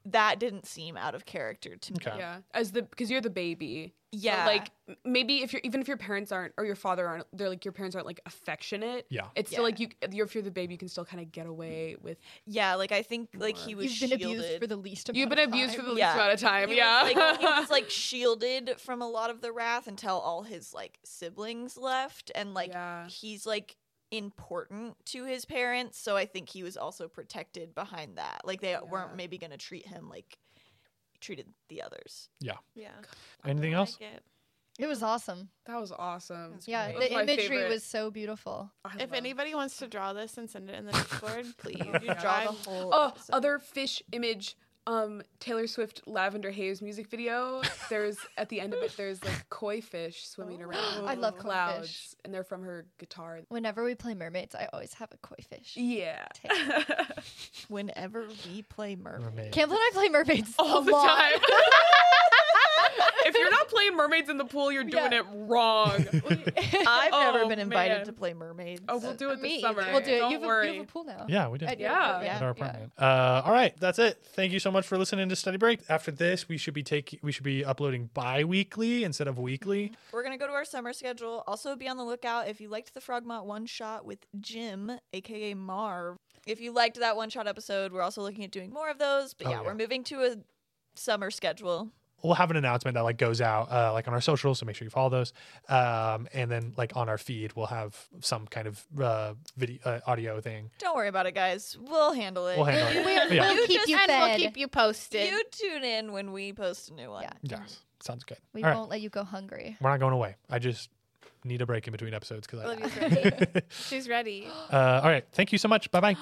[SPEAKER 2] that didn't seem out of character to me.
[SPEAKER 1] Okay. Yeah.
[SPEAKER 5] Yeah. As the because you're the baby. So,
[SPEAKER 2] Yeah,
[SPEAKER 5] like m- maybe if you're even if your parents aren't or your father aren't they're like your parents aren't like affectionate.
[SPEAKER 1] yeah,
[SPEAKER 5] It's still like you you're, if you're the baby you can still kind of get away with
[SPEAKER 2] yeah, like I think like he was
[SPEAKER 3] You've been abused
[SPEAKER 2] shielded.
[SPEAKER 3] for the least amount
[SPEAKER 5] You've been
[SPEAKER 3] of
[SPEAKER 5] abused for
[SPEAKER 3] time.
[SPEAKER 5] the least
[SPEAKER 2] Yeah.
[SPEAKER 5] amount of time.
[SPEAKER 2] He
[SPEAKER 5] yeah.
[SPEAKER 2] was, like, he was
[SPEAKER 5] [LAUGHS]
[SPEAKER 2] like shielded from a lot of the wrath until all his like siblings left, and like
[SPEAKER 5] Yeah.
[SPEAKER 2] he's like important to his parents, so I think he was also protected behind that. Like they
[SPEAKER 5] Yeah.
[SPEAKER 2] weren't maybe gonna treat him like treated the others.
[SPEAKER 4] Yeah.
[SPEAKER 1] Anything else?
[SPEAKER 3] It was awesome.
[SPEAKER 5] that was awesome.
[SPEAKER 4] That's
[SPEAKER 3] Yeah,
[SPEAKER 4] That
[SPEAKER 5] was
[SPEAKER 3] the
[SPEAKER 5] my
[SPEAKER 3] imagery
[SPEAKER 5] favorite.
[SPEAKER 3] was so beautiful.
[SPEAKER 5] I
[SPEAKER 4] If
[SPEAKER 5] love-
[SPEAKER 4] anybody wants to draw this and send it
[SPEAKER 1] [LAUGHS]
[SPEAKER 4] in the Discord, please.
[SPEAKER 5] You draw
[SPEAKER 2] Draw the
[SPEAKER 4] I'm-
[SPEAKER 2] whole.
[SPEAKER 5] Oh,
[SPEAKER 2] episode.
[SPEAKER 5] other fish image. Um, Taylor Swift Lavender Haze music video. There's at the end of it. There's like koi fish swimming around.
[SPEAKER 3] I love
[SPEAKER 5] in
[SPEAKER 3] koi
[SPEAKER 5] clouds,
[SPEAKER 3] fish.
[SPEAKER 5] and they're from her guitar.
[SPEAKER 3] Whenever we play mermaids, I always have a koi fish.
[SPEAKER 5] Yeah. [LAUGHS]
[SPEAKER 2] whenever we play mermaid.
[SPEAKER 1] Mermaid.
[SPEAKER 3] Campbell and I play mermaids
[SPEAKER 5] All
[SPEAKER 3] a
[SPEAKER 5] the
[SPEAKER 3] lot. [LAUGHS]
[SPEAKER 5] time. [LAUGHS] if you're not playing mermaids in the pool, you're doing
[SPEAKER 3] Yeah.
[SPEAKER 5] it wrong.
[SPEAKER 2] I've never
[SPEAKER 5] Oh,
[SPEAKER 2] been invited
[SPEAKER 5] man.
[SPEAKER 2] to play mermaids.
[SPEAKER 5] Oh, we'll do it
[SPEAKER 3] Me
[SPEAKER 5] this summer.
[SPEAKER 3] either. We'll do it.
[SPEAKER 5] Don't
[SPEAKER 3] You have, a,
[SPEAKER 5] worry.
[SPEAKER 3] you have a pool now.
[SPEAKER 1] Yeah, we
[SPEAKER 3] At
[SPEAKER 1] did.
[SPEAKER 3] your
[SPEAKER 5] Yeah.
[SPEAKER 3] apartment.
[SPEAKER 2] Yeah.
[SPEAKER 1] At our apartment. Uh, all right, that's it. Thank you so much for listening to Study Break. After this, we should be taking, we should be uploading bi-weekly instead of weekly.
[SPEAKER 2] We're gonna go to our summer schedule. Also, be on the lookout if you liked the Frogmont one shot with Jim, aka Marv. If you liked that one shot episode, we're also looking at doing more of those. But
[SPEAKER 1] Oh,
[SPEAKER 2] yeah,
[SPEAKER 1] yeah.
[SPEAKER 2] we're moving to a summer schedule.
[SPEAKER 1] We'll have an announcement that like goes out uh, like on our socials, so make sure you follow those. Um, and then like on our feed, we'll have some kind of uh, video uh, audio thing.
[SPEAKER 2] Don't worry about it, guys. We'll handle it.
[SPEAKER 1] We'll handle it.
[SPEAKER 3] We'll,
[SPEAKER 1] Yeah.
[SPEAKER 3] we'll
[SPEAKER 4] You
[SPEAKER 3] keep
[SPEAKER 4] just-
[SPEAKER 3] you
[SPEAKER 4] and
[SPEAKER 3] fed.
[SPEAKER 4] we'll keep you posted.
[SPEAKER 2] [LAUGHS] You tune in when we post a new one.
[SPEAKER 3] Yeah.
[SPEAKER 1] Yes, sounds good.
[SPEAKER 3] we
[SPEAKER 1] all right,
[SPEAKER 3] won't let you go hungry.
[SPEAKER 1] we're not going away. I just need a break in between episodes because I. [LAUGHS]
[SPEAKER 4] Olivia's ready. She's ready. [GASPS]
[SPEAKER 1] Uh, all right. Thank you so much. Bye bye.